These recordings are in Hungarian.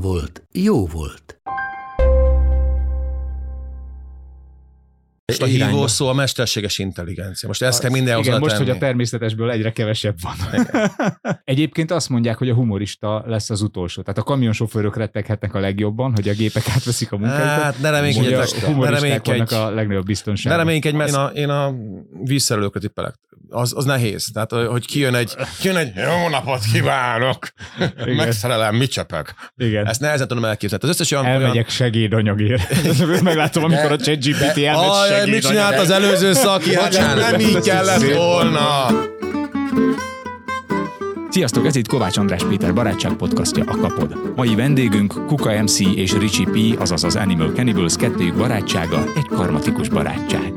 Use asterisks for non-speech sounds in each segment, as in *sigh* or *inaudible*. volt, jó volt. Most a irányba. hívó szó a mesterséges intelligencia. Most ezt kell Igen, mindenhol most, hozzátenni. hogy a természetesből egyre kevesebb van. *laughs* Egyébként azt mondják, hogy a humorista lesz az utolsó. Tehát a kamionsofőrök retteghetnek a legjobban, hogy a gépek átveszik a munkájukat. Hát, ne reménykedj, Hogy a Pesta, ne humoristák reménykedj. vannak a legnagyobb Ne biztonságban. reménykedj, mert én a, én a vízszerelőkre tippelek. Az, az nehéz. Tehát, hogy kijön egy, kijön egy jó napot kívánok, megszerelem, mit csepek. Igen. Ezt nehezen tudom elképzelni. Az összes olyan... Elmegyek segédanyagért. *laughs* Meglátom, amikor a ChatGPT olyan... elmegy Aj, mit csinált az segédanyagért. előző szaki? Hát Bocsánat. nem így kellett volna. Sziasztok, ez itt Kovács András Péter barátság podcastja a Kapod. Mai vendégünk Kuka MC és Richie P, azaz az Animal Cannibals kettőjük barátsága egy karmatikus barátság.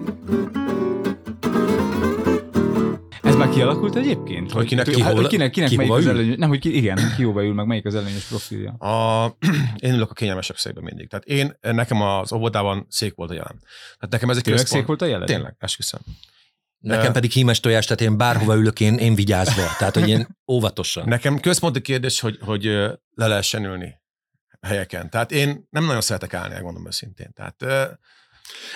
Ez már kialakult egyébként? Hogy kinek hát, kihol- hogy kinek, kinek ki melyik hova az ül? előny, nem, hogy ki, igen, ki hova ül, meg melyik az előnyös profilja. A, *clears throat* én ülök a kényelmesebb székben mindig. Tehát én, nekem az óvodában szék volt a jelen. Tehát nekem ez egy Tényleg központ. szék volt a jelen? Tényleg, esküszöm. Nekem pedig hímes tojás, tehát én bárhova ülök, én, én vigyázva. Tehát, hogy én óvatosan. Nekem központi kérdés, hogy, hogy ö, le lehessen ülni helyeken. Tehát én nem nagyon szeretek állni, megmondom őszintén. Tehát ö,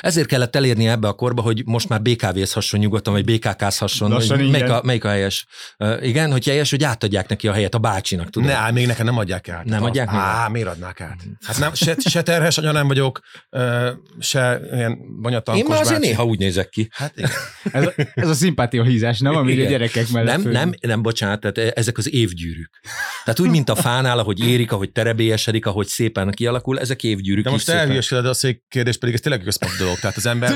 Ezért kellett elérni ebbe a korba, hogy most már BKV-zhasson nyugodtan, vagy BKK-zhasson. Lassan hogy melyik, ingyen. a, melyik a helyes? Ö, igen, hogy helyes, hogy átadják neki a helyet a bácsinak, tudod. ne, áll, még nekem nem adják át. Nem adják Mhm. még Á, miért adnák át? Hát nem, se, se terhes anya nem vagyok, ö, se ilyen banyatankos Én már azért bácsi. néha úgy nézek ki. Hát igen. Ez, ez a szimpátia hízás, nem? Ami a Igen. gyerekek mellett Nem, fő- nem, nem, bocsánat, tehát e- ezek az évgyűrűk. Tehát úgy, mint a fánál, ahogy érik, ahogy terebélyesedik, ahogy szépen kialakul, ezek évgyűrűk. De így most szépen. elhülyeskeded a szék kérdés, pedig ez tényleg központi dolog. Tehát az ember,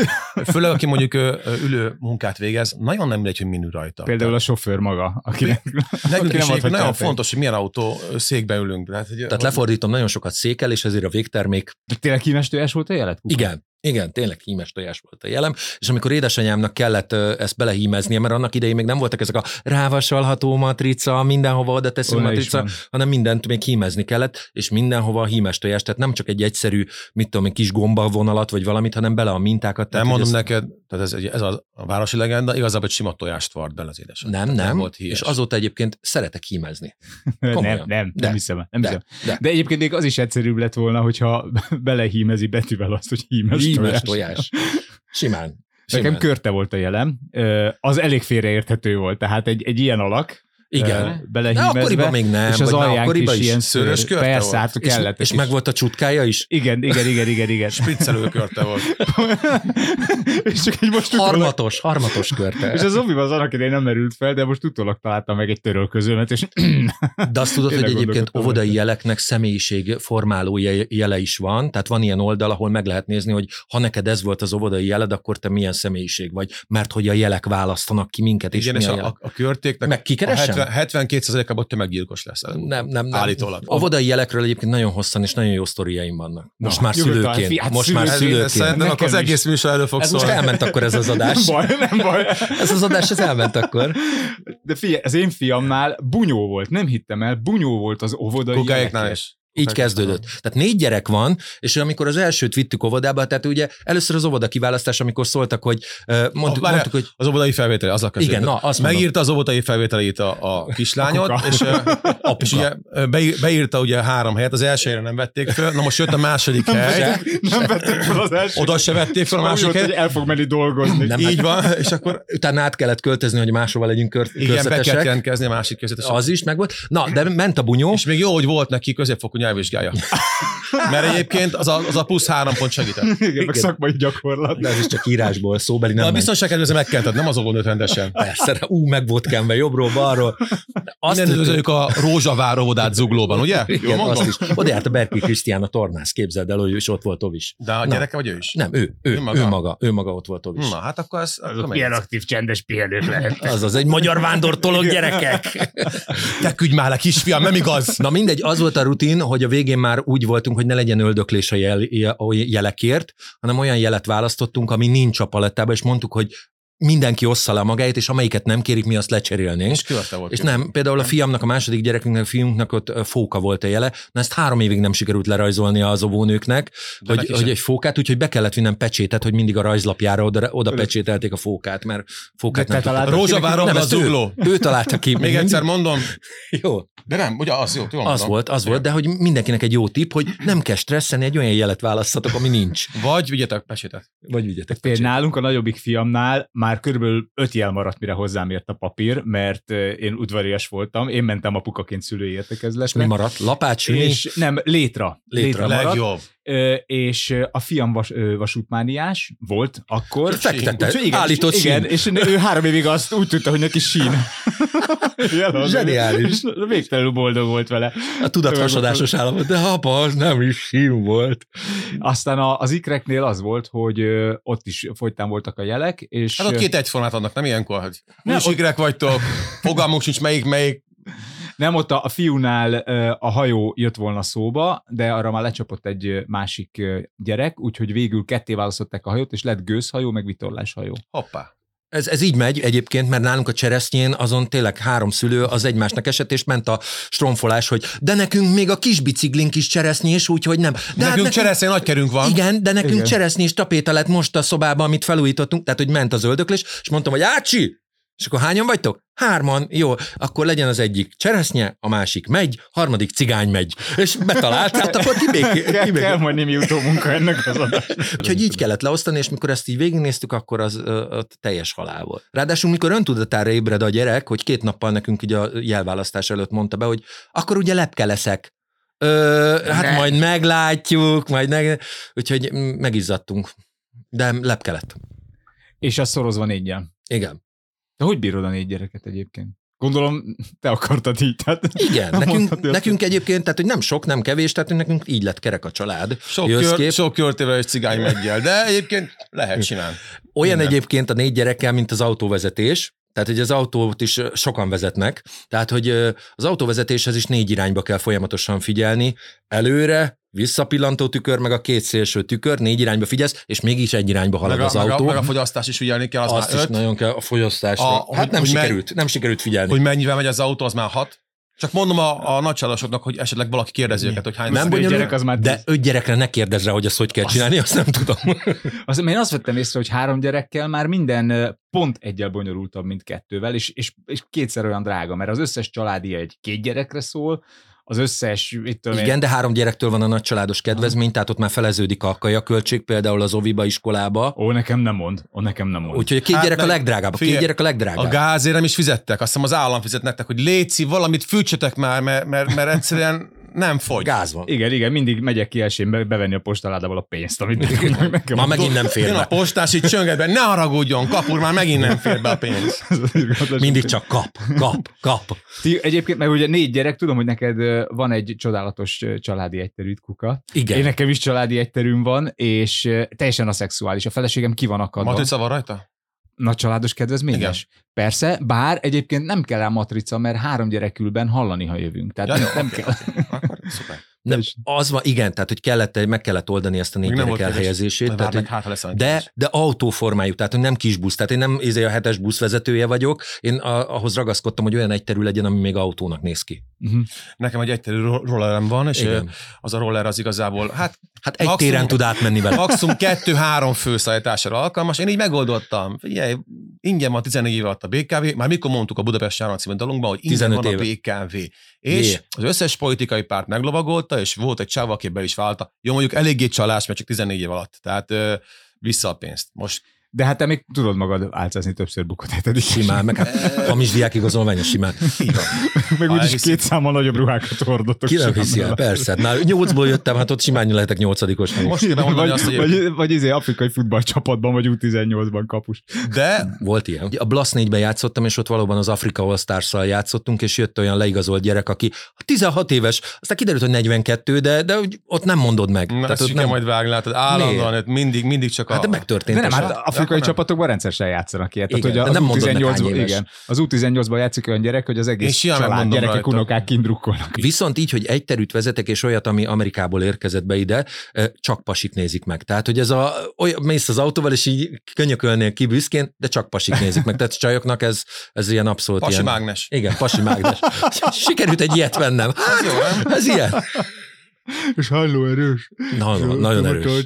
főleg aki mondjuk ö, ö, ülő munkát végez, nagyon nem mindegy, hogy minő rajta. Például a sofőr maga, akinek, Nekünk aki is nem egy- adhatja nagyon át. fontos, hogy milyen autó ö, székbe ülünk. Tehát, hogy, Tehát lefordítom, nagyon sokat székel, és ezért a végtermék Tényleg kínos tojás volt a jelet? Kuka? Igen, igen, tényleg hímes tojás volt a jelem, és amikor édesanyámnak kellett ö, ezt belehímeznie, mert annak idején még nem voltak ezek a rávasalható matrica, mindenhova oda teszünk Olyan is matrica, van. hanem mindent még hímezni kellett, és mindenhova a hímes tojás, tehát nem csak egy egyszerű, mit tudom én, kis gombavonalat vagy valamit, hanem bele a Nem mintákat. Tehát, hogy mondom ez- neked, tehát ez, egy- ez a, a városi legenda, igazából egy sima tojást vart bele az édesanyja. nem, nem, Tehát nem volt híres. és azóta egyébként szeretek hímezni. Nem, Komolyan. nem, De. nem hiszem. el, Nem De. hiszem. De. De egyébként még az is egyszerűbb lett volna, hogyha *laughs* belehímezi betűvel azt, hogy hímes, tojás. Hímes tojás. Simán. simán. Nekem körte volt a jelem. Ö, Az elég félreérthető volt, tehát egy, egy ilyen alak. Igen. ö, De akkoriban Belehímezve. még nem. És az vagy már alján akkoriban is is. ilyen szőrös körte volt. Persze, hát És, kellett. és egy meg kis- volt a csutkája is. *laughs* Igen, igen, igen, igen, igen. Spriccelő körte volt. *laughs* és csak egy most utólag, Harmatos, harmatos körte. és a zombiban az annak idején nem merült fel, de most utólag találtam meg egy törölközőmet, és *clears throat* De azt tudod, Tényleg hogy egyébként gondolkodtam óvodai rajta. jeleknek személyiség formáló je- jele is van, tehát van ilyen oldal, ahol meg lehet nézni, hogy ha neked ez volt az óvodai jeled, akkor te milyen személyiség vagy, mert hogy a jelek választanak ki minket, és, Igen, és a, a, a, a körtéknek Meg kikeresem? a 70, 72%-ában tömeggyilkos lesz. nem, nem, nem. Állítólag. Óvodai jelekről egyébként nagyon hosszan és nagyon jó sztoriaim vannak. Most Na, már nyugodtan, szülőként. fiat, most már Ez- Hát ez szülőként. Szerintem szóval- Nekem akkor az is. egész műsor elő fog Ez most szólni. elment akkor ez *laughs* az nem adás. baj, nem baj. Ez az adás, ez elment akkor. De figyelj, az én fiamnál bunyó volt, nem hittem el, bunyó volt az óvodai Kukáéknál gyerekek. is. Így kezdődött. Tehát négy gyerek van, és amikor az elsőt vittük óvodába, tehát ugye először az óvoda kiválasztás, amikor szóltak, hogy ö, mondtuk, várjál. mondtuk hogy Az óvodai felvétel, az a között. Igen, na, azt mondom. Megírta az óvodai felvételét a, a kislányot, Apuka. *laughs* és, ö, és ugye ö, beí- beírta ugye három helyet, az elsőre nem vették föl, na most jött a második hely, Nem vettem fel az első. oda se vették föl a Szóval Úgy második volt, hogy helyet, el fog menni dolgozni. Nem, így *laughs* van, és akkor utána át kellett költözni, hogy máshova legyünk kör- igen, be kellett körzetesek. jelentkezni a másik között. Az is megvolt. Na, de ment a bunyó, *laughs* És még jó, hogy volt neki középfokú nyelvvizsgája. Mert egyébként az a, az a plusz három pont segített. Igen, meg szakmai gyakorlat. De ez is csak írásból, szóbeli De nem a megy. biztonságkedvező megkented, nem az óvónőt rendesen. Persze, ú, meg volt kenve jobbról, balról. Azt Azt üdvözöljük a Rózsavár óvodát zuglóban, ugye? Jól igen, azt mondom? is. Oda járt a Berki Krisztián a tornász, képzeld el, hogy ő is ott volt Tovis. De a Na. gyereke vagy ő is? Nem, ő, ő, ő, maga. maga? ő maga, ő maga ott volt Tovis. Na, hát akkor ez... akkor Azok megy. milyen aktív, csendes pihenők lehet. Azaz, egy magyar vándortoló gyerekek. Te küldj már le, kisfiam, nem igaz? Na mindegy, az volt a rutin, hogy a végén már úgy voltunk, hogy ne legyen öldöklés a jel, je- a jelekért, hanem olyan jelet választottunk, ami nincs a palettában, és mondtuk, hogy mindenki ossza le magáét, és amelyiket nem kérik, mi azt lecserélnénk. És kivatta volt. És nem, például a fiamnak, a második gyerekünknek, a fiunknak ott ö, fóka volt a jele, na ezt három évig nem sikerült lerajzolni az óvónőknek, De hogy, neki hogy sem. egy fókát, úgyhogy be kellett vinnem pecsétet, hogy mindig a rajzlapjára oda, oda pecsételték a fókát, mert fókát De nem te tudtak. találtad Rózsaváromba Nem, ezt a zugló. Ő, ő találta ki. Még egyszer mondom, Jó, de nem, ugye az jó, jól az mondom. volt, az volt, de hogy mindenkinek egy jó tipp, hogy nem kell stresszelni, egy olyan jelet választatok, ami nincs. Vagy vigyetek pesétet. Vagy ügyetek. Például nálunk a nagyobbik fiamnál már körülbelül öt jel maradt, mire hozzám ért a papír, mert ö, én udvarias voltam, én mentem apukaként szülői Mi értekezlesre. maradt? Lapács, ülni? És nem, létra. Létra. létra maradt, Legjobb. Ö, és ö, a fiam vas, ö, vasútmániás volt akkor. Fektette, Úgyhogy igen, állított és, igen, sín. és ő három évig azt úgy tudta, hogy neki *laughs* sín. Ilyen az, Zseniális. És végtelenül boldog volt vele. A tudathasadásos állapot, de apa, az nem is sim volt. Aztán a, az ikreknél az volt, hogy ö, ott is folytán voltak a jelek, és... Hát ott ö, két egyformát adnak, nem ilyenkor, hogy Nem, nem, ott- is igrek vagytok, fogalmunk sincs melyik, melyik. Nem, ott a, a fiúnál ö, a hajó jött volna szóba, de arra már lecsapott egy ö, másik ö, gyerek, úgyhogy végül ketté választották a hajót, és lett gőzhajó, meg vitorláshajó. Hoppá. Ez, ez így megy egyébként, mert nálunk a cseresznyén azon tényleg három szülő az egymásnak esett, és ment a stromfolás, hogy de nekünk még a kis biciklink is cseresznyés, úgyhogy nem. De hát De nekünk hát csereszén nagy kerünk van. Igen, de nekünk Igen. cseresznyés tapéta lett most a szobában, amit felújítottunk, tehát hogy ment az öldöklés, és mondtam, hogy ácsi! És akkor hányan vagytok? Hárman, jó, akkor legyen az egyik cseresznye, a másik megy, harmadik cigány megy. És betalált, hát akkor kibéké. Kell, kibéké. kell majd némi utómunka ennek az adásnak. Úgyhogy így kellett leosztani, és mikor ezt így végignéztük, akkor az ö, ott teljes halál volt. Ráadásul, mikor öntudatára ébred a gyerek, hogy két nappal nekünk ugye a jelválasztás előtt mondta be, hogy akkor ugye lepke leszek. Ö, hát ne. majd meglátjuk, majd meg... Úgyhogy mm, megizzadtunk. De lepke lett. És az szorozva négyen. Igen. De hogy bírod a négy gyereket egyébként? Gondolom, te akartad így, tehát... Igen, Nem nekünk, mondhatod. nekünk egyébként, tehát hogy nem sok, nem kevés, tehát hogy nekünk így lett kerek a család. Sok, Jössz kép. kör, sok körtével és cigány meggyel, de egyébként lehet simán. Olyan Minden. egyébként a négy gyerekkel, mint az autóvezetés, tehát, hogy az autót is ö, sokan vezetnek, tehát, hogy ö, az autóvezetéshez is négy irányba kell folyamatosan figyelni, előre, visszapillantó tükör, meg a két szélső tükör, négy irányba figyelsz, és mégis egy irányba halad Meg a, az meg, a, autó. meg a fogyasztás is ügyelni kell, az Azt már is öt. nagyon kell a fogyasztásra. A- hát hogy- nem hogy meg- sikerült, nem sikerült figyelni. Hogy mennyivel megy az autó, az már hat. Csak mondom a, a nagycsalásoknak, hogy esetleg valaki kérdezi őket, hogy hány nem négy bonyolult, gyerek az már de tíz. öt gyerekre ne kérdezz rá, hogy azt hogy kell csinálni, azt nem *laughs* tudom. Az, én azt vettem észre, hogy három gyerekkel már minden ö, pont egyel bonyolultabb, mint kettővel, és, és, és kétszer olyan drága, mert az összes családi egy két gyerekre szól, az összes, itt tudom én, Igen, de három gyerektől van a nagycsaládos kedvezmény, tehát ott már feleződik a kajaköltség, például az oviba, iskolába. Ó, nekem nem mond, ó, nekem nem mond. Úgyhogy a két Hát gyerek a meg- legdrágább, a két figyelj, gyerek a A legdrágább. gázért nem is fizettek, azt hiszem az állam fizet nektek, hogy léci, valamit fűtsetek már, mert, mert, mert egyszerűen nem fogy. Gáz van. Igen, igen, mindig megyek ki elsőn bevenni a postaládából a pénzt, *laughs* amit nekem, nekem *laughs* Ma megint nem Jön fér a be. postás, így csönget be, ne haragudjon, kapur, már megint nem fér be a pénz. Mindig csak kap, kap, kap. Ti egyébként, meg ugye négy gyerek, tudom, hogy neked ö, van egy csodálatos ö, családi egyterűd, Kuka. Igen. Én nekem is családi egyterűm van, és ö, teljesen aszexuális. A feleségem ki van akadva. Matrica van rajta? Nagy családos kedvezményes. Persze, bár egyébként nem kell rá matrica, mert három gyerekülben hallani, ha jövünk. Tehát Ja, nem, jó, nem oké, kell. oké. Akkor szuper. Nem, az van, igen, tehát hogy kellett, meg kellett oldani ezt a négy Még nem gyerek volt kedves. elhelyezését. Várd Tehát, meg, hogy hát, ha lesz valami de, kérdés. de autóformájú, tehát hogy nem kis busz, tehát én nem izé a hetes busz vezetője vagyok, én a, ahhoz ragaszkodtam, hogy olyan egyterű legyen, ami még autónak néz ki. Mhm. Nekem egy egyterű ro- rollerem van, és Igen. Igen. az a roller az igazából, hát Hát egy Maximum- téren tud átmenni vele. maximum kettő-három főszállításra alkalmas. Én így megoldottam. Figyelj, ingyen van 14 éve alatt a BKV, már mikor mondtuk a Budapest Sáron című dalunkban, hogy ingyen 15 van éve. a BKV. És Jé. az összes politikai párt meglovagolta, és volt egy csáv, aki be is válta. Jó, mondjuk eléggé csalás, mert csak 14 év alatt. Tehát ö, vissza a pénzt. Most De hát te még tudod magad álcázni többször bukott hetedik. Simán, meg hát hamis diák igazolvány, simán. *laughs* Meg Ha úgyis elhiszik. két számmal nagyobb ruhákat hordottok. Ki nem simán hiszi el, bele. persze. Már nyolcból jöttem, hát ott simán lehetek nyolcadikos. Most kéne mondani Vagy, azt, hogy vagy, vagy izé afrikai futballcsapatban, vagy U18-ban kapus. de Volt ilyen. A Blasz 4-ben játszottam, és ott valóban az Afrika All Stars-szal játszottunk, és jött olyan leigazolt gyerek, aki 16 éves, aztán kiderült, hogy 42, de, de úgy ott nem mondod meg. Na, ezt ott ki kell majd vágni, látod, állandóan, itt mindig, mindig csak a... Hát de megtörtént. De nem, az. hát afrikai nem. csapatokban rendszeresen játszanak ilyet. Igen, Tehát, de hogy nem az mondod meg, hány U18-ban, éves. igen, az U18-ban játszik olyan gyerek, hogy az Én egész simán család megmondom gyerekek, rajta. unokák kindrukkolnak. Viszont így, hogy egy terüt vezetek, és olyat, ami Amerikából érkezett be ide, eh, csak pasit nézik meg. Tehát, hogy ez a, olyan, mész az autóval, és így könyökölnél ki büszkén, de csak pasik nézik meg. Tehát csajoknak ez, ez ilyen abszolút Pasi ilyen... mágnes. Igen, pasi *laughs* mágnes. Sikerült egy ilyet vennem. Hát, Jó, nem? ez ilyen. És halló erős. Na, na, nagyon erős. Mit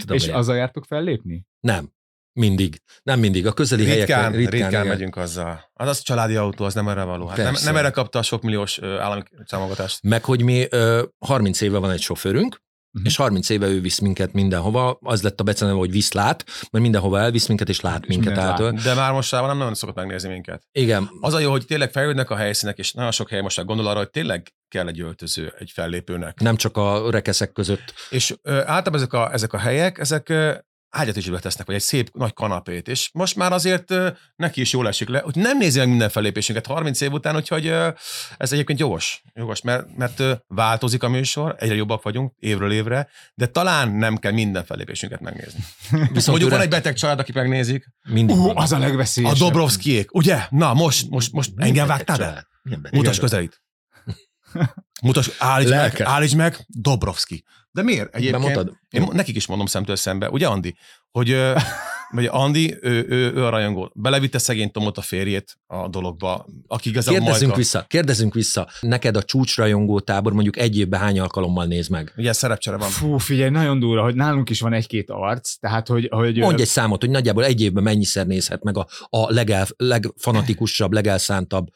tudom És én. azzal jártok fellépni? Nem. Mindig. Nem mindig. A közeli Ritkán, helyekre. ritkán, ritkán igen. megyünk azzal. Az az családi autó, az nem erre való. Hát nem, Persze. nem erre kapta a sok milliós ö, állami támogatást. Meg, hogy mi ö, 30 éve van egy sofőrünk, Mhm. és 30 éve ő visz minket mindenhova. Az lett a beceneve, hogy viszlát, mert mindenhova elvisz minket, és lát minket mindent átől. De már mostában nem nagyon szokott megnézni minket. Igen. Az a jó, hogy tényleg fejlődnek a helyszínek, és nagyon sok hely most már gondol arra, hogy tényleg kell egy öltöző egy fellépőnek. Nem csak a rekeszek között. És ö, általában ezek a, ezek a helyek, ezek ö, ágyat is tesznek, vagy egy szép nagy kanapét, és most már azért ö, neki is jól esik le, hogy nem nézi meg minden fellépésünket 30 év után, úgyhogy ö, ez egyébként jogos, jogos mert, mert ö, változik a műsor, egyre jobbak vagyunk évről évre, de talán nem kell minden fellépésünket megnézni. Viszont Mondjuk van öreg- egy beteg család, akik megnézik, Mindig Ú, van. az a a legveszélyesebb. Dobrovszkiék, ugye? Na, most, most, most engem vágtál be? Mutas *laughs* közelít. Mutas, állíts meg, Lelke. állíts meg, Dobrovszki. De miért? Egyébként, Bemutad? én mo- nekik is mondom szemtől szembe, ugye Andi? Hogy *laughs* ö, vagy Andi, ő, ő, ő a rajongó. Belevitte szegény Tomot a férjét a dologba, aki igazából Kérdezzünk majd. vissza, kérdezzünk vissza. Neked a csúcsrajongó tábor mondjuk egy évben hány alkalommal néz meg? Ugye szerepcsere van. Fú, figyelj, nagyon durva, hogy nálunk is van egy-két arc, tehát hogy... hogy Mondj egy számot, hogy nagyjából egy évben mennyiszer nézhet meg a, a legel, legfanatikusabb, legelszántabb,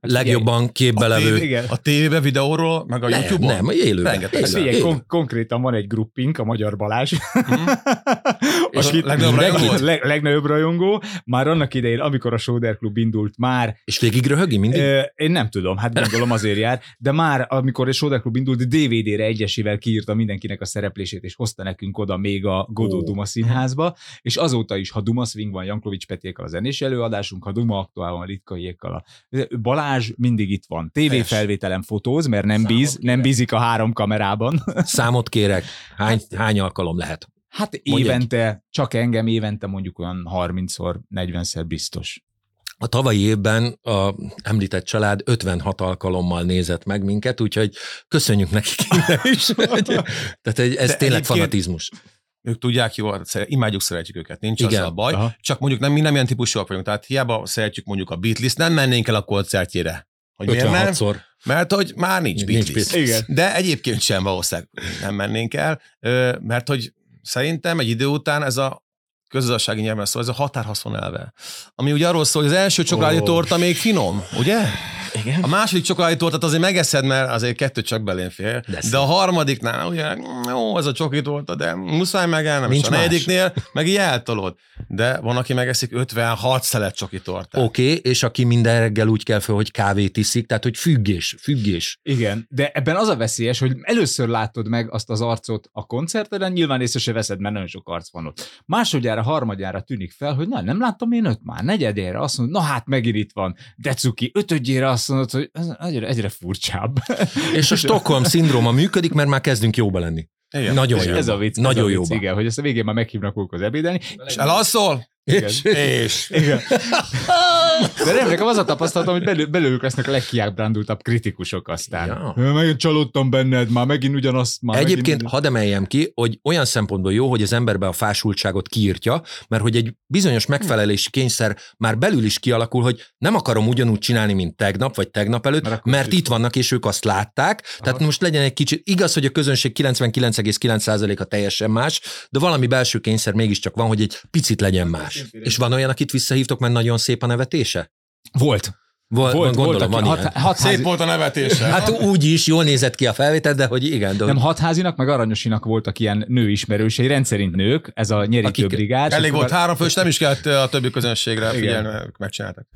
legjobban képbe Hát A, levő. tévé, Igen. a tévébe, videóról, meg a Nem, YouTube-on. nem, élőben. Rengeteg. Hát élőben, figyelj, élőben. kon- konkrétan van egy gruppink, a Magyar Balázs, Mhm. *laughs* És a legnagyobb mindenki- rajongó? leg- legnagyobb rajongó. Már annak idején, amikor a Sóder Klub indult, már És végig röhögi mindig? Ö, Én nem tudom, hát gondolom azért jár, de már amikor a Soda Club indult, DVD-re egyesével kiírta mindenkinek a szereplését, és hozta nekünk oda még a Godó Ó. Duma színházba, és azóta is, ha Duma Swing van Janklovics Petékkal a zenés előadásunk, ha Duma Aktuál van Litkaiékkal a... Balázs mindig itt van. TV Persze. felvételen fotóz, mert nem bíz, nem bízik a három kamerában. Számot kérek, hány, hány alkalom lehet? Hát Mondj egy. évente, csak engem évente mondjuk olyan 30-szor, 40-szer biztos. A tavalyi évben a említett család 56 alkalommal nézett meg minket, úgyhogy köszönjük *laughs* nekik innen *laughs* is. Tehát egy, ez De tényleg egyébként- fanatizmus. Ők tudják jól, szere- imádjuk, szeretjük őket, nincs Igen. Igen. az a baj. Aha. Csak mondjuk nem, mi nem ilyen típusúak vagyunk, tehát hiába szeretjük mondjuk a Beatles, nem mennénk el a koncertjére. Hogy miért nem? 56-szor. Mert hogy már nincs Nincs Beatles. Beatles. Igen. De egyébként sem valószínűleg nem mennénk el, ö, mert hogy szerintem egy idő után ez a közgazdasági nyelven szól, ez a határhaszon elve. Ami ugye arról szól, hogy az első csokoládé torta még finom, ugye? Igen. A második csokoládé tortát azért megeszed, mert azért kettő csak belén fér. De, De szép. de a harmadiknál ugye, mm, jó, ez a csoki torta, de muszáj megállnom. Nincs és a más. negyediknél meg így eltolod. De van, aki megeszik 56 szelet csoki tortát. Oké, okay, és aki minden reggel úgy kell fel, hogy kávét iszik, tehát hogy függés, függés. Igen, de ebben az a veszélyes, hogy először látod meg azt az arcot a koncerteden, nyilván észre se veszed, mert nagyon sok arc van ott. Másodjára, harmadjára tűnik fel, hogy na, nem láttam én öt már, negyedére azt mondod, na hát megint itt van, de cuki, ötödjére azt mondod, hogy ez egyre, egyre *laughs* furcsább. És a Stockholm szindróma működik, mert már kezdünk jóba lenni. Igen. Nagyon jó. ez a vicc. ez Nagyon a vicc, jóban. Igen, hogy ezt a végén már meghívnak az ebédelni. És elalszol? És, És. Igen. De nem, nekem az a tapasztalatom, hogy belül, belőlük lesznek a legkiábrándultabb kritikusok aztán. Ja. Ja. Megint csalódtam benned, már megint ugyanazt, már megint Egyébként hadd emeljem ki, hogy olyan szempontból jó, hogy az emberbe a fásultságot kiírtja, mert hogy egy bizonyos megfelelési kényszer már belül is kialakul, hogy nem akarom ugyanúgy csinálni, mint tegnap vagy tegnap előtt, Mert mert, akkor mert kicsit- itt vannak, és ők azt látták. Tehát most legyen egy kicsit, igaz, hogy a közönség 99,9%-a teljesen más, de valami belső kényszer mégiscsak van, hogy egy picit legyen más. És van olyan, akit visszahívtok, mert nagyon szép a nevetése? Volt. Volt, Volt, hát volt, volt gondolom, aki van hat, hat, ilyen. hatházi, Szép volt a nevetése. Hát úgy is jól nézett ki a felvétel, de hogy igen, de nem hogy hatházinak, meg aranyosinak voltak ilyen nőismerősei, rendszerint nők, ez a nyerítő Akik- brigád. Elég volt hát. három fős, nem is kellett a többi közönségre figyelni, ők megcsináltak.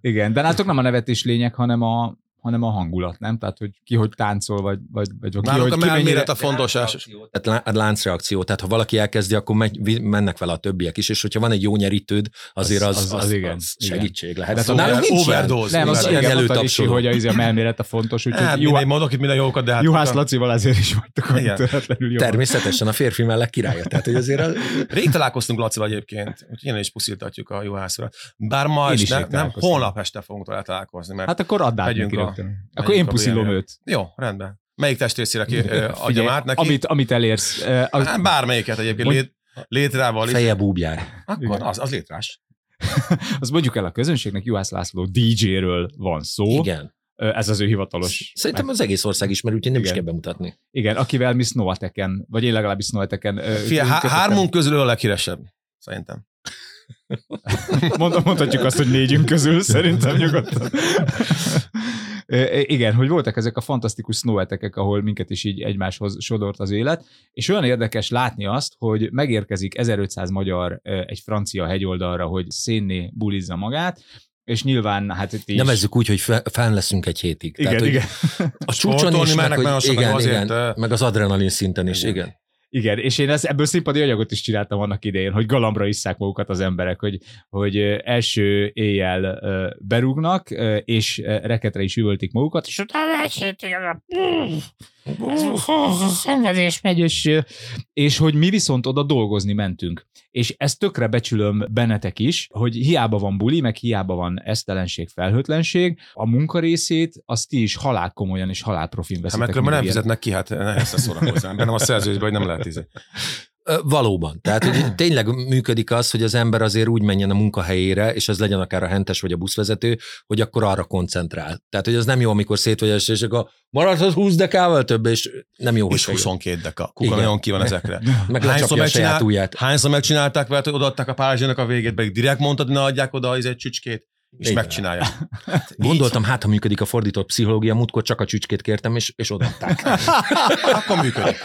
Igen, de látok nem a nevetés lényeg, hanem a, hanem a hangulat, nem? Tehát, hogy ki hogy táncol, vagy, vagy, vagy ki, Nálunk hogy a ki mennyire... mellméret a fontos. és- tehát lá- a láncreakció, tehát ha valaki elkezdi, akkor megy, vi- mennek vele a többiek is, és hogyha van egy jó nyerítőd, azért az, az, az, az, igen, igen, az igen. segítség lehet. De De szóval nálunk nincs ilyen. overdose. Nem, az Minden igen, előtt mondtad is, abszolút. hogy az a melmélet a fontos, Hát, úgyhogy mindegy, Juhá- mondok itt minden jókat, de hát... Juhász Lacival azért is vagytok olyan Igen. töretlenül jobban. Természetesen a férfi mellett királya, tehát hogy azért az, Rég találkoztunk Lacival egyébként, úgyhogy innen is puszítatjuk a Juhász urat. Bár ma Én is, is ne, rég nem, találkoztam. holnap este fogunk vele találkozni, mert... Hát akkor add át Megyünk neki a- rögtön. Akkor megyünk én a puszilom BM-re. őt. Jó, rendben. Melyik testrészére ki, ö, adjam Figyelj, át neki? Amit, amit elérsz. Ö, az- Hát bármelyiket egyébként Mond- lét, létrával, lét, feje búbjár. akkor az, az létrás. Az mondjuk el a közönségnek, Juhász László DJ-ről van szó. Igen. Ö, Ez az ő hivatalos. Szerintem meg- az egész ország ismer, úgyhogy nem Igen. is kell bemutatni. Igen, akivel mi Snovateken, vagy én legalábbis Snovateken. ö, Fia, há- kötöttem. hármunk közül ő a leghíresebb, szerintem. *laughs* Hát, Mond, mondhatjuk azt, hogy négyünk *laughs* közül, szerintem nyugodtan. *laughs* Ö, Igen, hogy voltak ezek a fantasztikus snowetekek, ahol minket is így egymáshoz sodort az élet, és olyan érdekes látni azt, hogy megérkezik 1500 magyar ö, egy francia hegyoldalra, hogy szénné bulizza magát, és nyilván hát itt is... Nevezzük úgy, hogy fe- fenn leszünk egy hétig. igen, tehát, hogy igen. A csúcson Sportolni is, meg, mennek nagyon hogy, sokan, igen, azért, igen, ö- meg az adrenalin szinten is, Igen. igen. Igen, és én ezt, ebből színpadi anyagot is csináltam annak idején, hogy galambra isszák magukat az emberek, hogy, hogy ö, első éjjel ö, berúgnak, ö, és ö, reketre is üvöltik magukat, és utána elsütik az a... Ez a szenvedés megy, és, ö, és hogy mi viszont oda dolgozni mentünk. És ezt tökre becsülöm bennetek is, hogy hiába van buli, meg hiába van esztelenség, felhőtlenség, a munka részét azt ti is halál komolyan és halál profin Hát veszitek. mert különben nem mindig fizetnek ki, hát nehéz lesz szórakozni. Bennem a szerződésben, hogy nem lehet izé. tíz. Ö, Valóban. *clears throat* Tehát hogy tényleg működik az, hogy az ember azért úgy menjen a munkahelyére, és ez legyen akár a hentes vagy a buszvezető, hogy akkor arra koncentrál. Tehát, hogy az nem jó, amikor szét vagy esve, és akkor maradhat 20 dekával több, és nem jó, És hogy 22 deka. Kuka Igen. nagyon ki van ezekre. *laughs* meg Hányszor, lecsapja a saját megcsinál, ujját. hányszor megcsinálták veled, hogy odaadták a pázsinak a végét, pedig direkt mondtad, ne adják oda az egy csücskét, és Így van. *laughs* megcsinálja. Gondoltam, hát ha működik a fordított pszichológia, múltkor csak a csücskét kértem, és, és odaadták. *laughs* Akkor működik.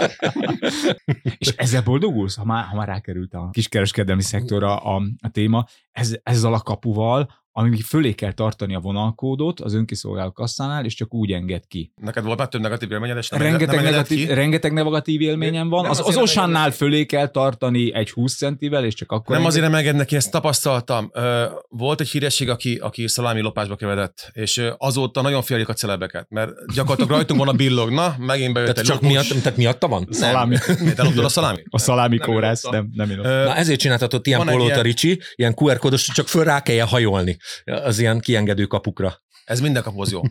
És ezzel boldogulsz, ha már, ha már rákerült a kiskereskedelmi szektorra a, a téma, ez, ezzel a kapuval, ami fölé kell tartani a vonalkódot az önkiszolgáló kasszánál, és csak úgy enged ki. Neked volt már több negatív élményed, és nem, Rengeteg, nem nem engedett negatív, ki? rengeteg negatív élményem van. Nem Az, azért az nem osannál engednek. fölé kell tartani egy 20 centivel, és csak akkor... Nem enged- azért nem enged neki, ezt tapasztaltam. Ö, Volt egy híresség, aki, aki szalámi lopásba keveredett, és ö, azóta nagyon félik a celebeket, mert gyakorlatilag rajtunk van a billog, na, megint bejött tehát egy csak lopós. miatt, tehát miatta van? Szalámi. Miért elloptad a szalámit? A szalámi Nem kórász, elloptam. nem, nem én. Ö, Na ezért csináltatott ilyen Van egy pólót a ilyen- Ricsi, ilyen QR kódos, csak föl rá kelljen hajolni az ilyen kiengedő kapukra. Ez minden kaphoz jó.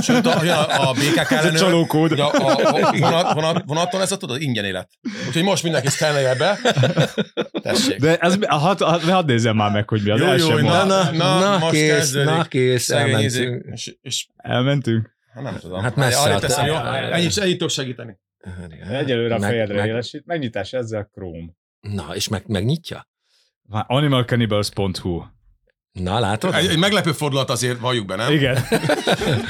Sőt, a, a, a BKK Ez a ellenőr, csalókód. ugye a, a vonat, vonat, vonaton ez a tudod, ingyen élet. Úgyhogy most mindenki szkennelje be. Tessék. De ez, hát, hadd had, had nézzem már meg, hogy mi az. Jó, el jó, sem na, volt. na, na, most kész, kezdődik. na kész, Szegény izé- elmentünk. és, és Elmentünk. hát nem tudom. Hát messze Arra a- teszem, jó? Ajaj. Ennyit, ennyit tudok segíteni. Egyelőre a Meg- fejedre meg- élesít. Megnyitás ezzel Chrome. Na, és meg, megnyitja? Animalcannibals.hu Na, látod? Egy, egy meglepő fordulat azért valljuk be, nem? Igen.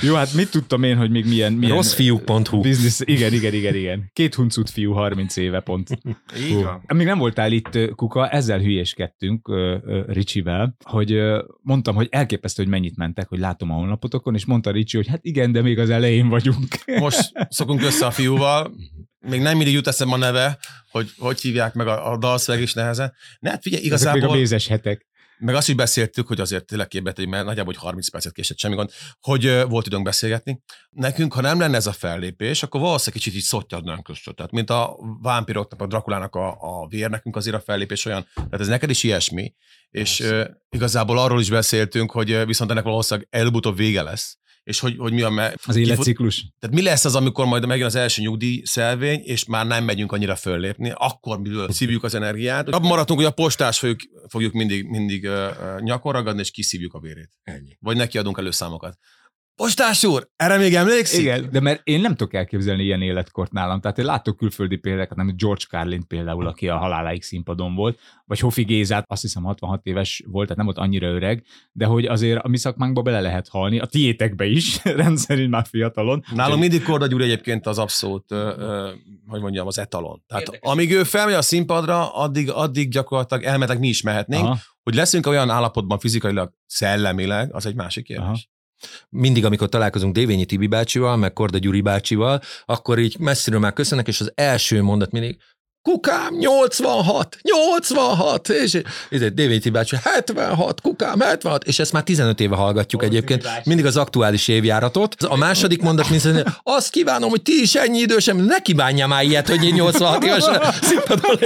Jó, hát mit tudtam én, hogy még milyen... milyen Rosszfiúk.hu. Business, igen, igen, igen, igen. Két huncut fiú, 30 éve pont. Hát Így van. Még nem voltál itt, ö, Kuka, ezzel hülyéskedtünk ö, ö, Ricsivel, hogy ö, mondtam, hogy elképesztő, hogy mennyit mentek, hogy látom a honlapotokon, és mondta Ricsi, hogy hát igen, de még az elején vagyunk. Most szokunk össze a fiúval, még nem mindig jut eszem a neve, hogy hogy hívják meg a, a dalszöveg is nehezen. Ne, hát figyelj, Ezek még a igazából... mézes hetek. Meg azt is beszéltük, hogy azért tényleg képbetegyük, mert nagyjából hogy 30 percet késett, semmi gond, hogy ö, volt időnk beszélgetni. Nekünk, ha nem lenne ez a fellépés, akkor valószínűleg kicsit így szottyadnánk köztől. Tehát, mint a vámpiroknak, a Drakulának a, a vér, nekünk azért a fellépés olyan. Tehát ez neked is ilyesmi. És ö, igazából arról is beszéltünk, hogy ö, viszont ennek valószínűleg előbb-utóbb vége lesz. És hogy, hogy mi a... Me- Az életciklus. tehát mi lesz az, amikor majd megjön az első nyugdíj szelvény, és már nem megyünk annyira föllépni, akkor miből szívjuk az energiát. Abban maradtunk, hogy a postás fogjuk, fogjuk mindig, mindig ö, ö, nyakon ragadni, és kiszívjuk a vérét. Ennyi. Vagy neki adunk előszámokat. Postás úr, erre még emlékszik? Igen, de mert én nem tudok elképzelni ilyen életkort nálam. Tehát én látok külföldi példákat, nem George Carlin például, aki a haláláig színpadon volt, vagy Hofi Gézát, azt hiszem 66 éves volt, tehát nem volt annyira öreg, de hogy azért a mi szakmánkba bele lehet halni, a tiétekbe is, *laughs* rendszerint már fiatalon. Nálam mindig Korda Gyuri egyébként az abszolút, ö, ö, hogy mondjam, az etalon. Tehát Érdekes. amíg ő felmegy a színpadra, addig, addig gyakorlatilag elmetek mi is mehetnénk. Aha. Aha. Hogy leszünk olyan állapotban fizikailag, szellemileg, az egy másik Aha. kérdés. mindig, amikor találkozunk Dévényi Tibi bácsival, meg Korda Gyuri bácsival, akkor így messziről már köszönnek, és az első mondat mindig, kukám 86, 86, és ezért Dévényi Tibi bácsi 76, kukám 76, és ezt már 15 éve hallgatjuk egyébként, mindig az aktuális évjáratot. A második mondat mindig, hogy azt kívánom, hogy ti is ennyi idősem, ne kívánja már ilyet, hogy én 86 évesen színpadon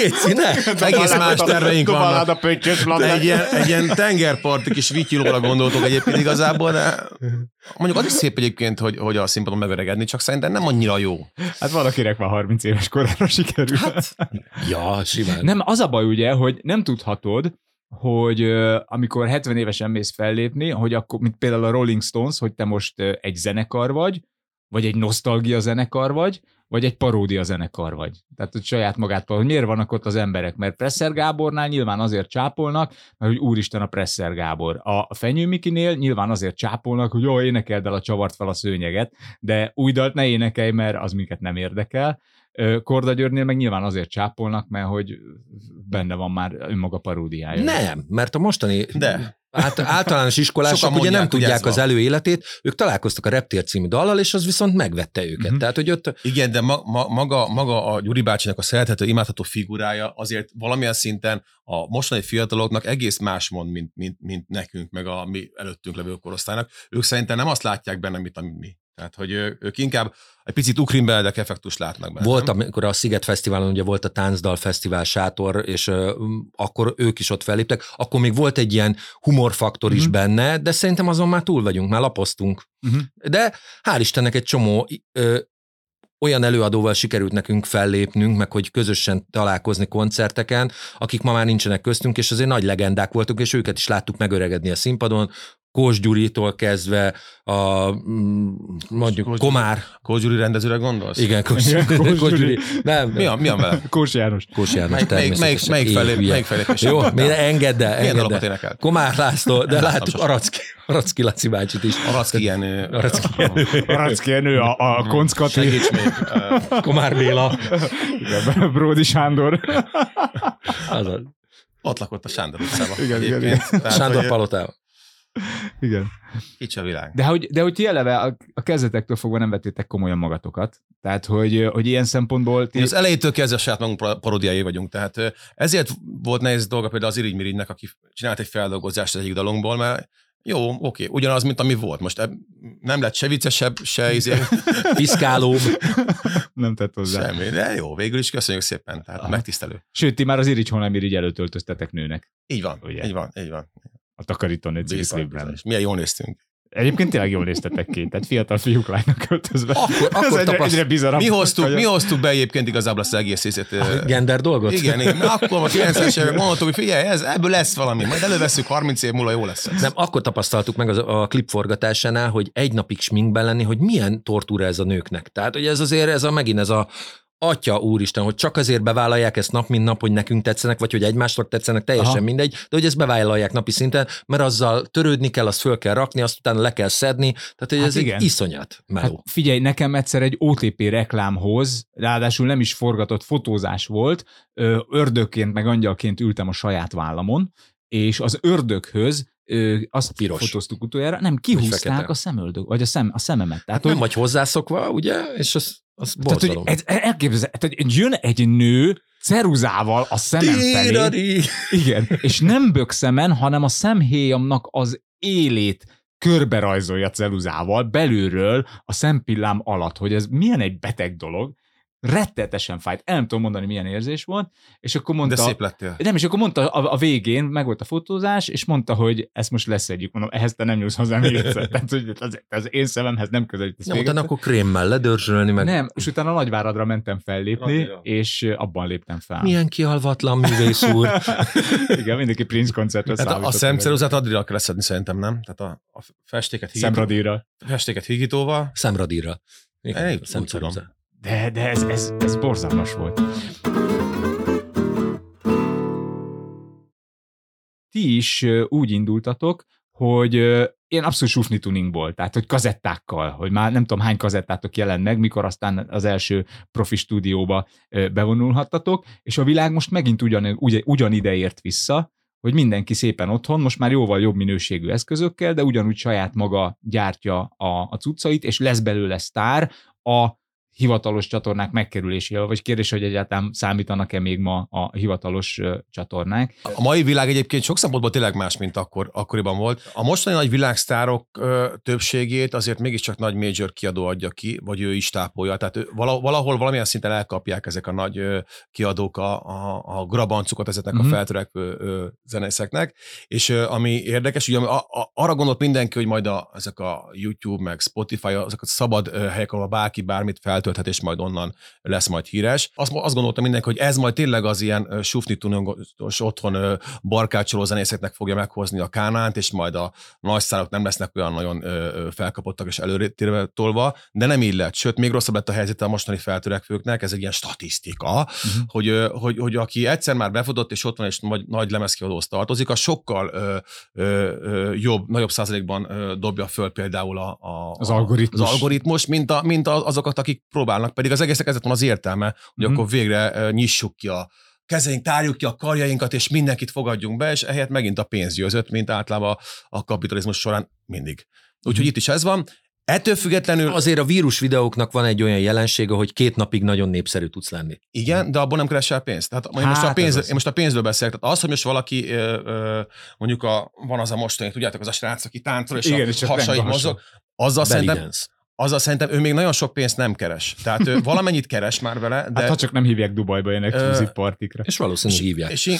léci, ne. Egész más terveink vannak. Hát, a pöttyös De egy ilyen, egy ilyen tengerparti kis vityilóra gondoltok egyébként igazából, de mondjuk az is szép egyébként, hogy, hogy a színpadon megöregedni, csak szerintem nem annyira jó. Hát valakinek már 30 éves korára sikerül. Hát, Ja, simán. Nem, az a baj ugye, hogy nem tudhatod, hogy ö, amikor 70 évesen mész fellépni, hogy akkor, mint például a Rolling Stones, hogy te most ö, egy zenekar vagy, vagy egy nosztalgia zenekar vagy, vagy egy paródia zenekar vagy. Tehát, hogy saját magát, hogy miért vannak ott az emberek, mert Presser Gábornál nyilván azért csápolnak, mert hogy úristen a Presser Gábor. A Fenyő Mikinél nyilván azért csápolnak, hogy jó, énekeld el a csavart fel a szőnyeget, de új dalt ne énekelj, mert az minket nem érdekel. Ö, Korda Györgynél meg nyilván azért csápolnak, mert hogy benne van már önmaga paródiája. Nem, mert a mostani De. Át, általános iskolások *laughs* Sokan Sokan ugye nem mondják, hogy ez tudják az van. előéletét, ők találkoztak a Reptér című dallal, és az viszont megvette őket. Mhm. Tehát, hogy ott Igen, de ma, ma, maga, maga a Gyuri bácsinak a szerethető, imádható figurája azért valamilyen szinten a mostani fiataloknak egész más mond, mint, mint, mint nekünk, meg a mi előttünk levő korosztálynak. Ők szerintem nem azt látják benne, mint amit mi. Tehát, hogy ő- ők inkább egy picit ukrimbeledek effektust látnak benne. volt, nem? amikor a Sziget Fesztiválon ugye volt a Táncdal Fesztivál sátor, és ö, akkor ők is ott felléptek, akkor még volt egy ilyen humorfaktor is Mhm. benne, de szerintem azon már túl vagyunk, már lapoztunk. Mhm. De hál' Istennek egy csomó ö, olyan előadóval sikerült nekünk fellépnünk, meg hogy közösen találkozni koncerteken, akik ma már nincsenek köztünk, és azért nagy legendák voltunk, és őket is láttuk megöregedni a színpadon, Kós Gyuritól kezdve a mm, mondjuk Kós Gyuri. Komár, Kós Gyuri rendezőre gondolsz? igen, Kós, Igen, Kós Kós Gyuri. Gyuri. Nem, Mi, a, mi a vele? Kós János. Kós János Melyik, melyik, melyik, természetesen. melyik, Én felé, hülye. melyik felépés? Jó, miért engedd el, Milyen engedd dalokat el. énekelt? Komár László, de láttuk sosem. Aracki, Aracki Laci bácsit is. Aracki ilyen... ö, Aracki *laughs* Aracki Enő, a, a konckat. Segíts még. ö, Komár Béla. Igen, Bródi Sándor. Az a, Ott lakott a Sándor utcában. Igen, igen, egyébként. Tehát, Sándor hogy, ö, Palotával. Igen. Kicsi a világ. De hogy, de hogy ti eleve a, a kezdetektől fogva nem vettétek komolyan magatokat. Tehát, hogy, hogy ilyen szempontból ti... Ti... Az elejétől kezdve saját magunk par- parodiái vagyunk, tehát ö, ezért volt nehéz dolga például az Irigymirigynek, aki csinált egy feldolgozást az egyik dalomból, mert jó, oké, ugyanaz, mint ami volt. Most eb- nem lett se viccesebb, se izé, Piszkálóm. nem tett hozzá. Sem. semmi, de jó, végül is köszönjük szépen, tehát Aha. Aha. megtisztelő. Sőt, ti már az irigy honlamirigy előtt öltöztetek nőnek Így van, Ugye? Ugye? így van, így van. a takarítónő című Bizony, klipben. bizony. Milyen jól néztünk. Egyébként tényleg jól néztetek ki, tehát fiatal fiúk lánynak öltözve. Akkor- akkor Ez egyre, tapaszt- egyre bizarabb. Mi hoztuk, mi Nagyon- hoztuk be egyébként igazából azt az egész részét. ö, Gender dolgot? Ah, Igen, igen. Na, akkor a 90-es évek mondtuk, hogy figyelj, ez, ebből lesz valami, majd előveszünk 30 év múlva, jó lesz. Ez. Nem, akkor tapasztaltuk meg az, a klip forgatásánál, hogy egy napig sminkben lenni, hogy milyen tortúra ez a nőknek. Tehát, hogy ez azért, ez a megint ez a Atya úristen, hogy csak azért bevállalják ezt nap, mint nap, hogy nekünk tetszenek, vagy hogy egymásnak tetszenek, teljesen Aha. Aha. mindegy, de hogy ezt bevállalják napi szinten, mert azzal törődni kell, azt föl kell rakni, azt utána le kell szedni, tehát hogy Hát hát ez igen. igen. egy iszonyat Hát meló. figyelj, nekem egyszer egy OTP reklámhoz, ráadásul nem is forgatott fotózás volt, ö, ördögként meg angyalként ültem a saját vállamon, és az ördöghöz ö, azt Piros. Piros. fotóztuk utoljára, nem fekete. kihúzták a szemöldög, vagy a, szem, a szememet. Tehát, Hát, nem vagy hozzászokva, ugye, és az, az tehát, Hát, hogy borzalom. ez, elképzel, tehát hogy jön egy nő ceruzával a szemem felé, Tirari! igen, és nem bökszemen, hanem a szemhéjamnak az élét körbe rajzolja ceruzával belülről a szempillám alatt, hogy ez milyen egy beteg dolog, rettetesen fájt, el nem tudom mondani, milyen érzés volt, és akkor De mondta, szép lettél. nem, és akkor mondta a, a végén, meg volt a fotózás, és mondta, hogy ezt most leszedjük. Mondom, ehhez te nem nyúlsz hozzá *laughs* még egyszer. Tehát, hogy az, az én szememhez nem közelít. ezt Nem, még utána egyszer. akkor krémmel ledörzsölni, meg nem, és utána Nagyváradra mentem fellépni, Adira. és ö, abban léptem fel. milyen kialvatlan művész úr. *laughs* Igen, mindenki Prince koncertre Hát a, a számított. szemceruzát Adrira kell leszedni szerintem, nem? Tehát a, a festéket, hígító, Szemradíjra. festéket hígítóval. Szemradíra. Én úgy szemceruza. tudom. De, de ez, ez, ez borzalmas volt. Ti is ö, úgy indultatok, hogy ö, ilyen abszolút sufni tuningból, tehát hogy kazettákkal, hogy már nem tudom hány kazettátok jelent meg, mikor aztán az első profi stúdióba ö, bevonulhattatok, és a világ most megint ugyan, ugyan, ugyanide ért vissza, hogy mindenki szépen otthon, most már jóval jobb minőségű eszközökkel, de ugyanúgy saját maga gyártja a, a cuccait, és lesz belőle sztár a hivatalos csatornák megkerülésével, vagy kérdés, hogy egyáltalán számítanak-e még ma a hivatalos ö, csatornák. A mai világ egyébként sok szempontból tényleg más, mint akkor, akkoriban volt. A mostani nagy világsztárok ö, többségét azért mégiscsak nagy major kiadó adja ki, vagy ő is tápolja. Tehát ő, vala- valahol valamilyen szinten elkapják ezek a nagy ö, kiadók a, a, a grabancukat ezeknek Mhm. a feltörekvő ö, zenészeknek. És ö, ami érdekes, ugye ami a, a, arra gondolt mindenki, hogy majd a, ezek a YouTube, meg Spotify, ezek a szabad ö, helyek, ahol bárki bármit feltölthet, és majd onnan lesz majd híres. Azt, azt gondoltam mindenki, hogy ez majd tényleg az ilyen ö, sufni tuningos otthon ö, barkácsoló zenészeknek fogja meghozni a kánánt, és majd a nagy szárok nem lesznek olyan nagyon ö, ö, felkapottak és előtérbe tolva, de nem így lett. Sőt, még rosszabb lett a helyzet a mostani feltörekvőknek, ez egy ilyen statisztika, Mhm. uh-huh. hogy, ö, hogy, hogy aki egyszer már befutott, és ott van, és nagy, nagy lemezkiadóhoz tartozik, az sokkal ö, ö, ö, jobb, nagyobb százalékban ö, dobja föl például a, a, Az algoritmus. az algoritmus, mint, a, mint a, azokat, akik próbálnak. Pedig az egésznek ez van az értelme, hogy Mhm. mm-hmm. akkor végre ö, nyissuk ki a kezeink, tárjuk ki a karjainkat, és mindenkit fogadjunk be, és ehelyett megint a pénz győzött, mint általában a kapitalizmus során mindig. Úgyhogy Mhm. itt is ez van. Ettől függetlenül Azért a vírus videóknak van egy olyan jelensége, hogy két napig nagyon népszerű tudsz lenni. Igen, de abból nem keresel pénzt. Tehát hát most, a Hát, pénz, ez az. én most a pénzről beszélek. Tehát az, hogy most valaki, ö, ö, mondjuk a, van az a mostani, tudjátok, az a srác, aki táncol, és Igen, Igen, és a csak hasai rengahassa. mozog, azzal szerintem, Belidance. azzal szerintem ő még nagyon sok pénzt nem keres. Tehát *laughs* ő valamennyit keres már vele, de... Hát ha csak nem hívják Dubajba ilyen exkluzív partikra. És valószínűleg hívják. és én,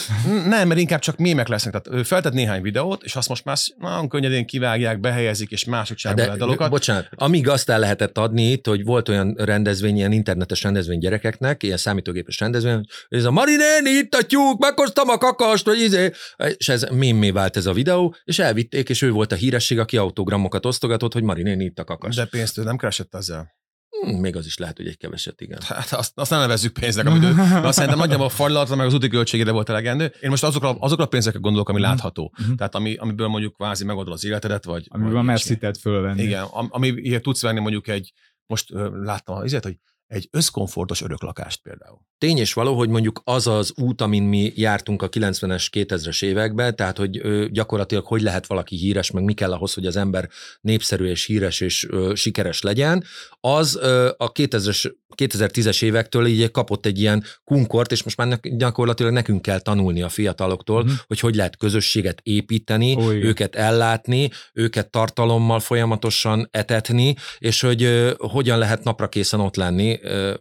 nem, mert inkább csak mémek lesznek. Tehát ő feltett néhány videót, és azt most már nagyon könnyedén kivágják, behelyezik, és mások csinálják vele dalokat. Bocsánat, amíg azt el lehetett adni itt, hogy volt olyan rendezvény, ilyen internetes rendezvény gyerekeknek, ilyen számítógépes rendezvény, hogy ez a Mari néni, itt a tyúk, meghoztam a kakast, vagy izé. És ez mémé vált ez a videó, és elvitték, és ő volt a híresség, aki autogramokat osztogatott, hogy Mari néni, itt a kakas. De pénzt ő nem keresett ezzel. Hm, még az is lehet, hogy egy keveset, igen. Hát azt, azt nem nevezzük pénznek, *laughs* amit ő, de azt szerintem nagyjából a fagylalatra, meg az úti költségére volt elegendő. Én most azokra, azokra a pénzekre gondolok, ami látható. Tehát ami, amiből mondjuk kvázi megoldod az életedet, vagy... Amiben vagy a ilyesmi. Mercitet fölvenni. Igen, am- amiért tudsz venni mondjuk egy, most ö, láttam azért, hogy egy összkomfortos öröklakást például. Tény és való, hogy mondjuk az az út, amin mi jártunk a 90-es, 2000-es években, tehát hogy ö, gyakorlatilag hogy lehet valaki híres, meg mi kell ahhoz, hogy az ember népszerű és híres és ö, sikeres legyen, az ö, a 2000-es, 2010-es évektől így kapott egy ilyen kunkort, és most már nek- gyakorlatilag nekünk kell tanulni a fiataloktól, Mhm. mm. hogy hogy lehet közösséget építeni, Ó, igen. őket ellátni, őket tartalommal folyamatosan etetni, és hogy ö, hogyan lehet napra készen ott lenni, ö,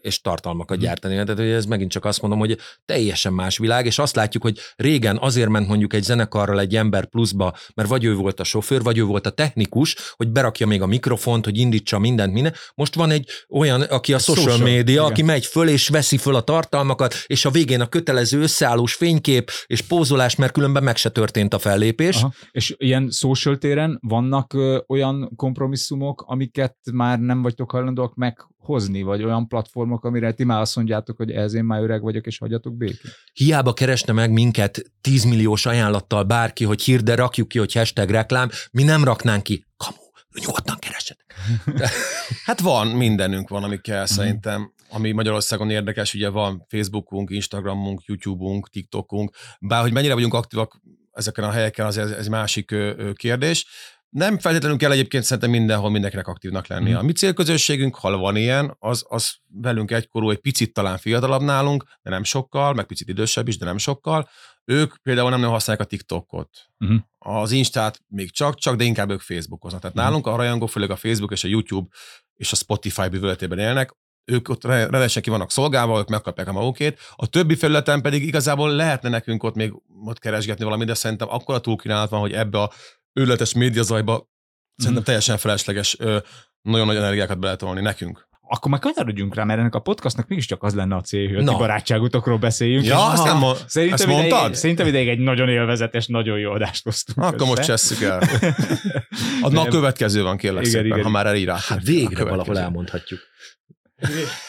és tartalmakat Uh-huh. gyártani. Tehát hogy ez megint csak azt mondom, hogy teljesen más világ, és azt látjuk, hogy régen azért ment mondjuk egy zenekarral egy ember pluszba, mert vagy ő volt a sofőr, vagy ő volt a technikus, hogy berakja még a mikrofont, hogy indítsa mindent, minden. Most van egy olyan, aki a social, social, social media, igen. aki megy föl és veszi föl a tartalmakat, és a végén a kötelező összeállós fénykép és pózolás, mert különben meg se történt a fellépés. Aha. És ilyen social téren vannak ö, olyan kompromisszumok, amiket már nem vagytok hajlandóak meghozni, vagy olyan platformok, amire ti már azt mondjátok, hogy ez én már öreg vagyok, és hagyjatok békén. Hiába keresne meg minket 10 milliós ajánlattal bárki, hogy hír, de rakjuk ki, hogy hashtag reklám, mi nem raknánk ki. Kamu, nyugodtan *laughs* keresetek. *laughs* Hát van, mindenünk van, ami kell szerintem. Ami Magyarországon érdekes, ugye van Facebookunk, Instagramunk, YouTube-unk, TikTokunk, bár hogy mennyire vagyunk aktívak ezeken a helyeken, az ez, ez másik ö, ö, kérdés. Nem feltétlenül kell egyébként szerintem mindenhol mindenkinek aktívnak lennie. Mhm. A mi célközönségünk, ha van ilyen, az, az velünk egykorú, egy picit talán fiatalabb nálunk, de nem sokkal, meg picit idősebb is, de nem sokkal. Ők például nem nagyon használják a TikTokot. Mhm. Az Instát még csak-csak, de Mhm. inkább ők Facebookoznak. Tehát nálunk a rajongók, főleg a Facebook és a YouTube és a Spotify bűvöletében élnek, ők ott re- rendesen ki vannak szolgálva, ők megkapják a magukét. A többi felületen pedig igazából lehetne nekünk ott még ott keresgetni valamit, de szerintem akkora túlkínálat van, hogy ebbe a őrületes médiazajba Mm. szerintem teljesen felesleges ö, nagyon nagy energiákat beletolni nekünk. Akkor már kanyarodjunk rá, mert ennek a podcastnak mégiscsak az lenne a célja, hogy a Na. ti barátságotokról beszéljünk. Ja, azt nem mo- Szerintem ezt ideig, mondtad? szerintem ideig egy nagyon élvezetes, nagyon jó adást hoztunk Akkor most össze. csesszük *laughs* el. A, na, a következő van, kérlek Igen, igen, szépen, igen. igen. ha már erre írás. Hát végre valahol elmondhatjuk.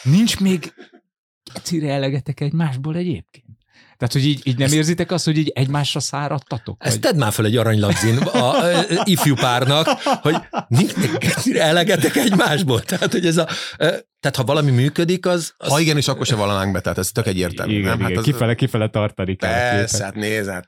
Nincs még egyszerre elegetek egymásból egyébként? Tehát, hogy így, így nem érzitek azt, hogy így egymásra száradtatok? Ezt tedd már fel egy aranylabzin a, a, a ifjú párnak, hogy nincs elegetek egymásból. Tehát, hogy ez a, ö, tehát ha valami működik, az, az Ha igen, és akkor se vallanánk be, tehát ez tök egyértelmű. igen, nem? igen, hát az- kifele, kifele tartani kell. a Persze, képet. hát nézd, hát.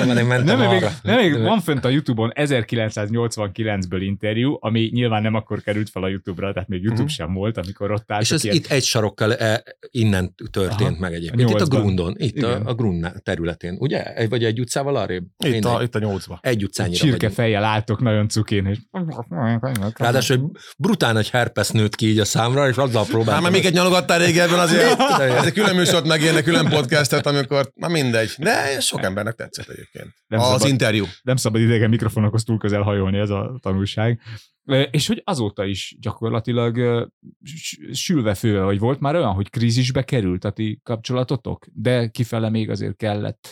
Jó, van, én mentem Nem, még, arra. nem még van fönt a YouTube-on 1989-ből interjú, ami nyilván nem akkor került fel a YouTube-ra, tehát még Mhm. YouTube sem volt, amikor ott álltak És ez ilyen- itt egy sarokkal e, innen történt Aha, meg a egyébként. Itt a nyolcban. Grundon, itt Igen. a, a Grund területén, ugye? Egy- Vagy egy utcával arrébb? Itt Mindegy. a, itt a nyolcba. Egy utcányira csirke vagyunk. fejjel álltok nagyon cukén, és Hát Ráadásul egy brutál nagy herpes nőtt ki így a számra, és azzal próbáltam. Hát már még egy nyalogattál régebben azért. Ez egy külön műsort megérne, külön podcastet, amikor, na mindegy. De sok embernek tetszett egyébként. Nem az szabad. interjú. nem szabad idegen mikrofonokhoz túl közel hajolni, ez a tanulság. E, És hogy azóta is gyakorlatilag e, s- sülve főve, hogy volt már olyan, hogy krízisbe került a ti kapcsolatotok, de kifele még azért kellett.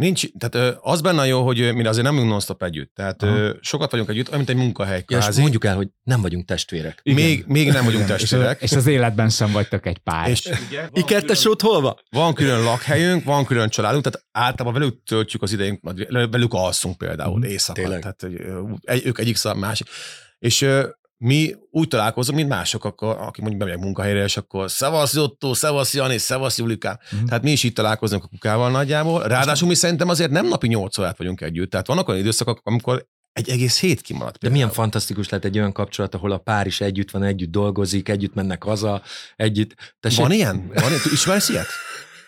Nincs, tehát ö, az benne a jó, hogy ö, mi azért nem ülünk non-stop együtt. Tehát Aha. ö, sokat vagyunk együtt, olyan, mint egy munkahely Ja, és kvázi. mondjuk el, hogy nem vagyunk testvérek. igen. még, még nem vagyunk És, az- testvérek. és az életben sem vagytok egy pár. És Ikertes ott hol van? van külön lakhelyünk, van külön családunk, tehát általában velük töltjük az idejünk, vagy velük alszunk például Mhm. mm, éjszaka. Tényleg. Tehát hogy, ö, egy, ők egyik szám, másik. És ö, mi úgy találkozunk, mint mások, akkor, aki mondjuk bemegyek munkahelyre, és akkor szevasz Jotto, szevasz Jani, szevasz Julikám. Mhm. Mm. Tehát mi is így találkozunk a kukával nagyjából. Ráadásul mi szerintem azért nem napi 8 órát vagyunk együtt. Tehát vannak olyan időszakok, amikor egy egész hét kimaradt. De hát- milyen fantasztikus lett egy olyan kapcsolat, ahol a pár is együtt van, együtt dolgozik, együtt mennek haza, együtt... Tessék, Van ilyen? Van ilyen? Ismersz ilyet?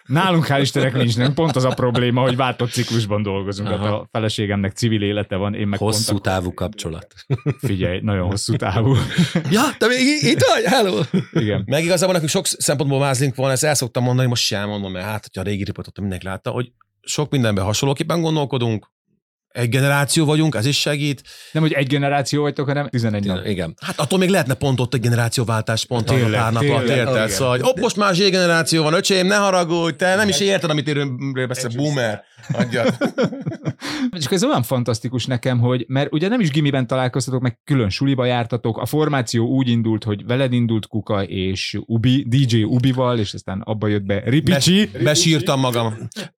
Nálunk hál' Istennek nincs, nem pont az a probléma, hogy váltott ciklusban dolgozunk. Aha. Hát A feleségemnek civil élete van, én meg hosszú pont távú kapcsolat. akkor, Figyelj, nagyon hosszú távú. ja, te még í- itt vagy? Hello! Igen. Meg igazából nekünk sok szempontból mázlink van, ezt el szoktam mondani, most sem mondom, mert hát, hogyha a régi riportot mindenki látta, hogy sok mindenben hasonlóképpen gondolkodunk, egy generáció vagyunk, ez is segít. Nem, hogy egy generáció vagytok, hanem 11 nap. Igen. Hát attól még lehetne pont ott egy generációváltás, pont arra Tényleg, pár nap alatt tényleg, érted, igen. szóval, hogy ott most már Z generáció van, öcsém, ne haragudj, te nem is érted, amit érőről beszél, boomer. *laughs* Adjad. Csak ez olyan fantasztikus nekem, hogy mert ugye nem is gimiben találkoztatok, meg külön suliba jártatok, a formáció úgy indult, hogy veled indult Kuka és Ubi, DJ Ubival, és aztán abba jött be Ripicsi. Besírtam magam.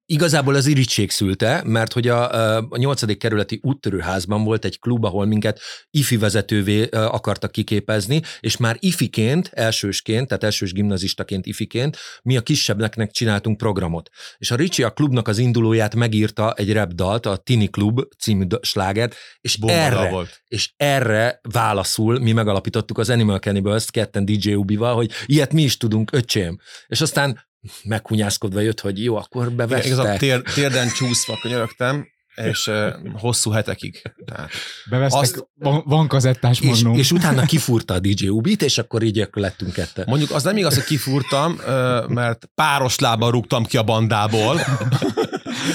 Igazából az irigység szülte, mert hogy a, a 8. kerületi úttörőházban volt egy klub, ahol minket ifi vezetővé ö, akartak kiképezni, és már ifiként, elsősként, tehát elsős gimnazistaként ifiként, mi a kisebbeknek csináltunk programot. És a Ricsi a klubnak az indulóját megírta egy rap dalt, a Tini Klub című d- slágert, és Bomba erre volt. és erre válaszul mi megalapítottuk az Animal Cannibals ketten DJ Ubival, hogy ilyet mi is tudunk, öcsém. És aztán meghunyászkodva jött, hogy jó, akkor Igen, Igazából bevesztek. tér, térden csúszva könyörögtem, és ö, hosszú hetekig. Tehát Bevesztek, Azt- van, van kazettás És, mannó. és utána kifúrta a DJ Ubit, és akkor így akkor lettünk ketten. Mondjuk az nem igaz, hogy kifúrtam, ö, mert páros lábbal rúgtam ki a bandából.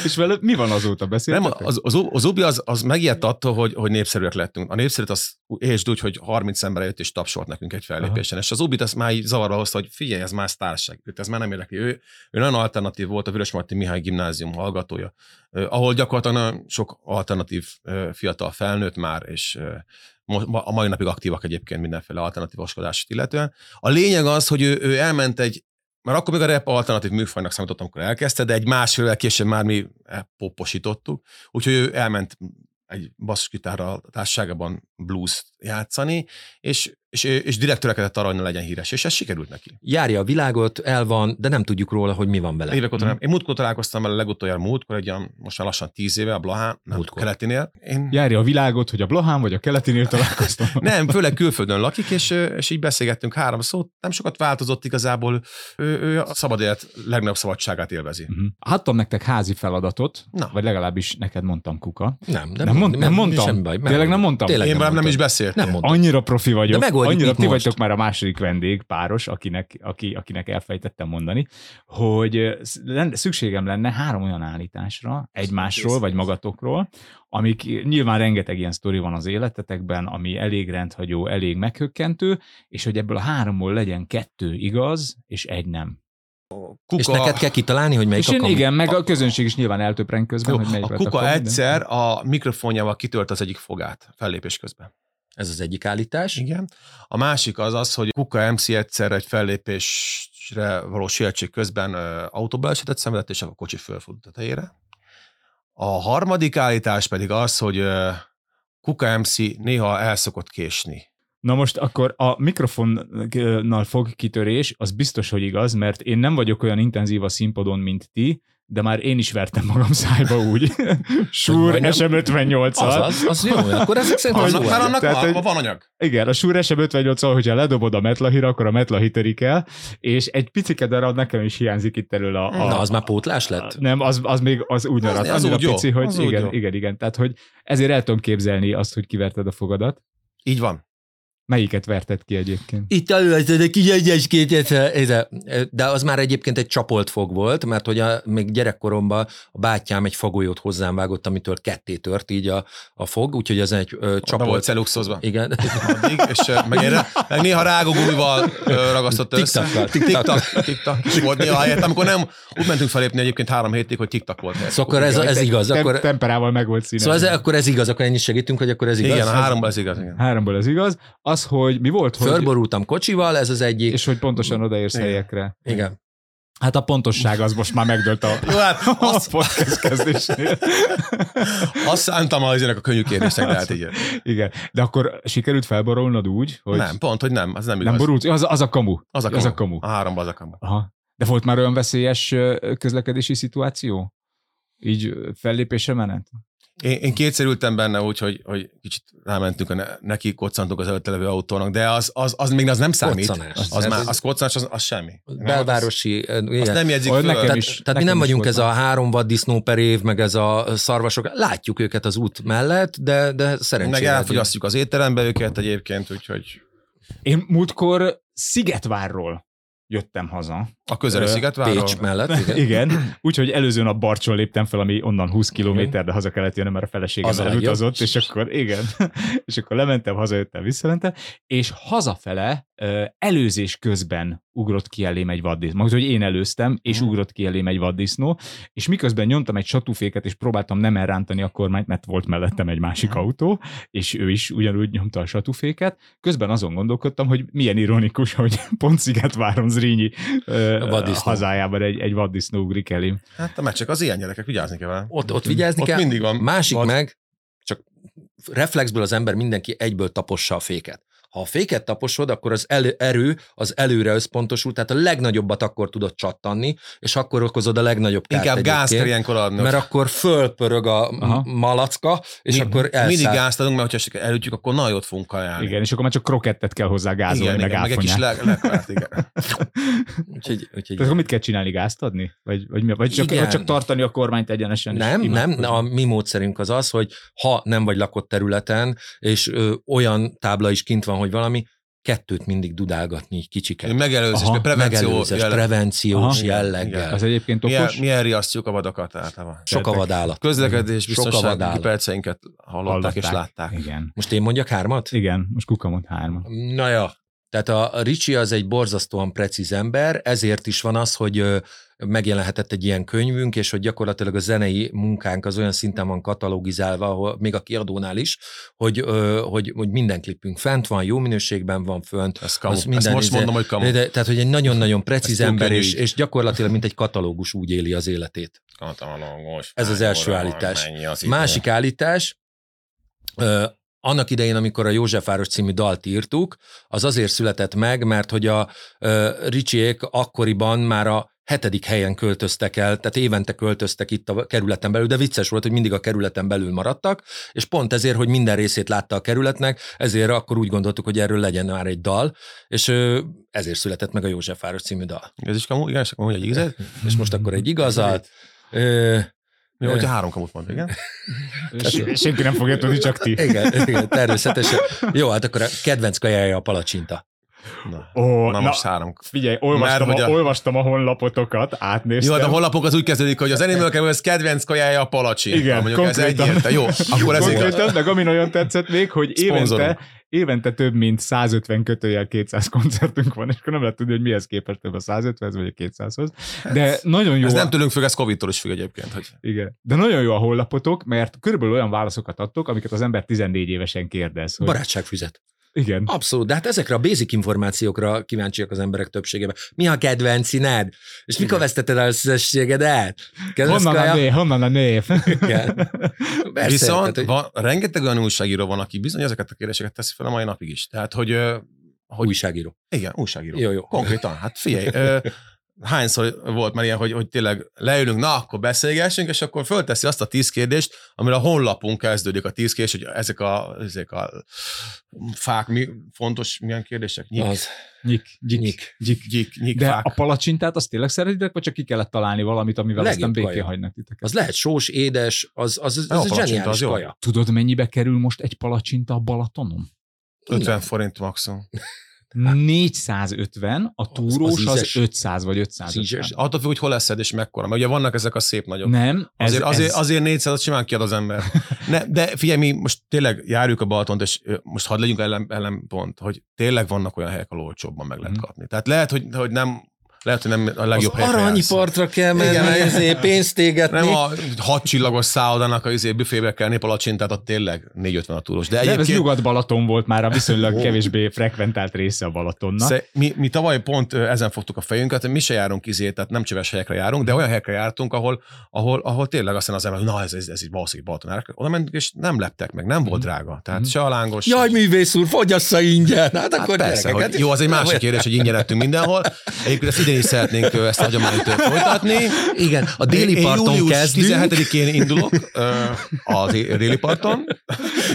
és vele mi van azóta Nem, beszéltetek? az, az, az Ubi az, az megijedt attól, hogy, hogy népszerűek lettünk. A népszerűt az és úgy, hogy 30 ember jött és tapsolt nekünk egy fellépésen. És az Ubit ezt már így zavarba hozta, hogy figyelj, ez más társaság. Őt ez már nem érdekli. Ő, ő nagyon alternatív volt, a Vörös Marti Mihály Gimnázium hallgatója, ö, ahol gyakorlatilag nagyon sok alternatív ö, fiatal felnőtt már, és ö, mo- ma- a mai napig aktívak egyébként mindenféle alternatívoskodást illetően. A lényeg az, hogy ő, ő elment egy, már akkor még a rap alternatív műfajnak számítottam, amikor elkezdte, de egy másfél évvel később már mi eh, poposítottuk, úgyhogy ő elment egy basszusgitárral társaságában blues játszani, és, és, és direkt törekedett arra, hogy ne legyen híres, és ez sikerült neki. Járja a világot, el van, de nem tudjuk róla, hogy mi van vele. Évek óta nem. Én múltkor találkoztam vele legutoljára múltkor, egy olyan, most már lassan tíz éve, a Blahán, nem, Múltkor. keletinél. Én Járja a világot, hogy a Blahán vagy a keletinél találkoztam. Nem, főleg külföldön lakik, és, ö, és így beszélgettünk három szót. Nem sokat változott igazából, ő, ő a szabad élet legnagyobb szabadságát élvezi. Hm. Mhm. Adtam nektek házi feladatot, Na. vagy legalábbis neked mondtam Kuka. Nem, Nem, mond, nem mondtam. Semmi baj. Tényleg nem mondtam. Tényleg Én már Velem nem is beszélt. Nem mondtam. Annyira profi vagyok, De megoldjuk annyira itt ti most. vagytok már a második vendég, páros, akinek, aki, akinek elfejtettem mondani, hogy ö, sz- lenne- szükségem lenne három olyan állításra egymásról, vagy magatokról, amik nyilván rengeteg ilyen sztori van az életetekben, ami elég rendhagyó, elég meghökkentő, és hogy ebből a háromból legyen kettő igaz, és egy nem. Kuka, És neked kell kitalálni, hogy melyik és én kamu. igen, meg a közönség is nyilván eltöpreng közben, jó, hogy melyik a lett kuka akkor minden. egyszer a mikrofonjával kitölt az egyik fogát fellépés közben. Ez az egyik állítás. Igen. A másik az az, hogy Kuka MC egyszer egy fellépésre való sietség közben ö, autóbalesetet szenvedett, és a kocsi fölfordult a tejére. A harmadik állítás pedig az, hogy ö, Kuka MC néha el szokott késni. Na most akkor a mikrofonnal fog kitörés, az biztos, hogy igaz, mert én nem vagyok olyan intenzív a színpadon, mint ti, de már én is vertem magam szájba *laughs* úgy. Sure majdnem. SM58-al. Az, az, az jó, akkor ezek szerint az Annak, jó. mert annak Tehát, Tehát, van, hogy- van anyag. Igen, a Sure SM58-al, hogyha ledobod a metlahira, akkor a metlahi törik el, és egy picike darab nekem is hiányzik itt elől a... a Na, az már pótlás lett? nem, az, az még az úgy maradt, az annyira úgy jó, pici, hogy az úgy igen, jó. igen, igen, tehát hogy ezért el tudom képzelni azt, hogy kiverted a fogadat. Így van. Melyiket verted ki egyébként? Itt alulhatod a kiegyeskét, ez- e, ez- de az már egyébként egy csapolt fog volt, mert hogy a, még gyerekkoromban a bátyám egy fagolyót hozzám vágott, amitől ketté tört így a, a fog, úgyhogy ez egy ö, Csapa volt csapolt. celuxozva. *laughs* Igen. Addig, és ö, meg, én, meg néha rágogumival ragasztott össze. Tiktakkal, Tiktak. Tiktak. És volt néha helyett, amikor nem, úgy mentünk felépni egyébként három hétig, hogy tiktak volt helyett. Szóval akkor ez, ez igaz. Tem- Akkor, Temperával meg volt színe. szóval ez, akkor ez igaz, akkor ennyit segítünk, hogy akkor ez igaz. Igen, a háromból ez igaz. Igen. Háromból ez igaz. Az, hogy mi volt, hogy, Fölborultam kocsival, ez az egyik. és hogy pontosan odaérsz Igen. helyekre. Igen. Hát a pontosság az most már megdölt a, Jó, *laughs* hát a *laughs* azt, podcast kezdésnél. azt szántam az ennek a könnyű kérdésnek, de hát így. Igen. De akkor sikerült felborolnod úgy, hogy Nem, pont, hogy nem, az nem igaz. nem borult? Az, az a kamu. az, a kamu. az a kamu. A háromba az a kamu. Aha. De volt már olyan veszélyes ö, közlekedési szituáció? Így ö, fellépésre menet? Én, én kétszer ültem benne úgy, hogy, hogy kicsit rámentünk a ne, neki, koccantunk az előtte levő autónak, de az, az, az még az nem számít. Koccanás. Az, Ez- már, ez- az koccanás, az, az semmi. Belvárosi. Azt Igen. nem jegyzik Olyan föl. nekem Tehát- is. Tehát mi nem is vagyunk volt ez a három vaddisznó per év, meg ez a szarvasok. Látjuk őket az út mellett, de, de szerencsére. Meg elfogyasztjuk az étterembe őket egyébként, úgyhogy Én múltkor Szigetvárról jöttem haza. a közeli Ö, szigetváról. Pécs mellett. Igen. *laughs* Igen, úgyhogy előző nap Barcson léptem fel, ami onnan 20 kilométer, de haza kellett jönnöm, mert a feleségem Az a legjobb. elutazott, és akkor igen, *laughs* és akkor lementem, hazajöttem, visszamentem, és hazafele ö, előzés közben ugrott ki elém egy vaddisznó. Majd, hogy én előztem, és Mhm. ugrott ki elém egy vaddisznó, és miközben nyomtam egy satúféket, és próbáltam nem elrántani a kormányt, mert volt mellettem egy másik autó, és ő is ugyanúgy nyomta a satúféket, közben azon gondolkodtam, hogy milyen ironikus, hogy *laughs* pont Szigetváron Zrínyi ö, Vaddisznó. hazájában egy, egy vaddisznó ugrik elém. Hát a meccsek az ilyen gyerekek, vigyázni kell vele. Ott, ott vigyázni Ott kell. mindig van. Másik Vad. meg, csak reflexből az ember mindenki egyből tapossa a féket. Ha a féket taposod, akkor az elő, erő az előre összpontosul, tehát a legnagyobbat akkor tudod csattanni, és akkor okozod a legnagyobb kárt Inkább gáz kell egyébként, ilyenkor adni. Mert akkor fölpörög a Aha. Aha. malacka, és Mi- akkor elszáll. Mindig gázt adunk, mert hogyha elütjük, akkor nagyon jót fogunk kajálni. Igen, és akkor már csak krokettet kell hozzá gázolni, igen, meg igen, meg egy kis áfonyát. le, lekvárt, igen. Úgyhogy, úgyhogy Tehát akkor mit kell csinálni, gázt adni? Vagy, vagy, mi? vagy, csak, Igen. vagy csak tartani a kormányt egyenesen? és nem, nem, imádkozni? a mi módszerünk az az, hogy ha nem vagy lakott területen, és ö, olyan tábla is kint van, hogy valami, kettőt mindig dudálgatni így kicsiket. Megelőzés, Aha, Aha, prevenció. Megelőzés, jellem. prevenciós Aha. jelleggel. Az egyébként milyen, okos? milyen riasztjuk a vadakat általában? Sok a vadállat. Közlekedés, Sok a biztonsági vadállat. perceinket hallották, hallották és látták. Igen. Most én mondjak hármat? Igen, most kuka mond hármat. Na ja. Tehát a a Ricsi az egy borzasztóan precíz ember, ezért is van az, hogy ö, megjelenhetett egy ilyen könyvünk, és hogy gyakorlatilag a zenei munkánk az olyan szinten van katalogizálva, ahol, még a kiadónál is, hogy, ö, hogy, hogy minden klipünk fent van, jó minőségben van fönt. Ez kamu. Az Ezt minden most izé- mondom, hogy kamu. De, de, tehát, hogy egy nagyon-nagyon precíz Ez túl ember, könnyű és, így. és gyakorlatilag, mint egy katalógus úgy éli az életét. Katalogos, Ez az első fájkorral állítás. mennyi az idő. Másik állítás, ö, annak idején, amikor a Józsefváros című dalt írtuk, az azért született meg, mert hogy a ö, Ricsiék akkoriban már a hetedik helyen költöztek el, tehát évente költöztek itt a kerületen belül, de vicces volt, hogy mindig a kerületen belül maradtak, és pont ezért, hogy minden részét látta a kerületnek, ezért akkor úgy gondoltuk, hogy erről legyen már egy dal, és ö, ezért született meg a Józsefváros című dal. Ez is kamu, igen, és akkor mondja egy ízet. És most akkor egy igazat. Ö, Jó, hogyha három kamut mond, igen. S- Senki nem fogja tudni, csak ti. Igen, igen, természetesen. Jó, hát akkor a kedvenc kajája a palacsinta. Na, Ó, na, Oh, na, most három. Figyelj, olvastam, Már hogy a, a- olvastam a honlapotokat, átnéztem. Jó, de a honlapok az úgy kezdődik, hogy az Animal Kevőz kedvenc kajája a palacsi. Igen, Ha mondjuk ez konkrétan. egyértelmű. Jó, akkor ez igaz. Konkrétan, meg amin olyan tetszett még, hogy évente, Szponzorunk. évente több mint 150 kötőjel 200 koncertünk van, és akkor nem lehet tudni, hogy mihez képest több a 150-hez vagy a 200-hoz. De nagyon jó. Hát, Ez a- nem tőlünk függ, ez Covid-tól is függ egyébként. Hogy... Igen. De nagyon jó a honlapotok, mert körülbelül olyan válaszokat adtok, amiket az ember 14 évesen kérdez. Hogy... Barátságfüzet. Igen. Abszolút, de hát ezekre a basic információkra kíváncsiak az emberek többségében. Mi a kedvenc színed? És mikor vesztetted el a szüzességedet? Kedvenc Honnan a kaja? név? Honnan a név? Igen. Persze, Viszont tehát, hogy- van, rengeteg olyan újságíró van, aki bizony ezeket a kérdéseket teszi fel a mai napig is. Tehát, hogy ö, hogy- Újságíró. igen, újságíró. Jó, jó. Konkrétan, hát figyelj, ö, hányszor volt már ilyen, hogy, hogy tényleg leülünk, na, akkor beszélgessünk, és akkor fölteszi azt a tíz kérdést, amire a honlapon kezdődik a tíz kérdés, hogy ezek a, ezek a fák mi, fontos, milyen kérdések? Nyik, Az. *laughs* Nyik, gyik, Nyik. gyik. nyik, nyik De fák. a palacsintát azt tényleg szeretitek, vagy csak ki kellett találni valamit, amivel Legjobb aztán békén kaja. hagynak titeket? Az lehet sós, édes, az, az, az, Jó, az egy palacsinta, zseniális az jó. kaja. Tudod, mennyibe kerül most egy palacsinta a Balatonon? 50 forint maximum. 450, a túrós az, ízes. 500 vagy Az ízes. 550. Attól függ, hogy hol leszed és mekkora. Mert ugye vannak ezek a szép nagyok. Nem, ez, Azért, azért, ez, azért 400 -at simán kiad az ember. Ne, de figyelj, mi most tényleg járjuk a Balatont, és ö, most hadd legyünk ellen, ellenpont, hogy tényleg vannak olyan helyek, ahol olcsóbban meg lehet Mhm. kapni. Tehát lehet, hogy, hogy nem lehet, hogy nem a Az legjobb helyekre aranyi jársz. partra kell Igen, menni, igen. ezért pénzt égetni. Nem a hat csillagos szállodának a izé, büfébe kell palacsintát, ott tényleg 450 a túros. De nem, ez egyébként Nyugat-Balaton volt már a viszonylag Ó. kevésbé frekventált része a Balatonnak. Sze- mi, mi tavaly pont ö, ezen fogtuk a fejünket, mi se járunk izé, tehát nem csöves helyekre járunk, de olyan helyekre jártunk, ahol, ahol, ahol tényleg aztán az ember, na ez, ez, ez így valószínűleg Balaton. Erre- Oda mentünk, és nem leptek meg, nem volt drága. Tehát se a lángos. se- Mhm. Jaj, művész úr, fogyassza ingyen! Hát akkor Persze, gyerekek, hogy hát- jó, az egy másik kérdés, hogy ingyen ettünk mindenhol. Egyébként ezt idén is szeretnénk ö, ezt a hagyományt ö, folytatni. Igen, a Én- déli én parton július kezdünk, 17-én indulok ö, a dé- déli parton.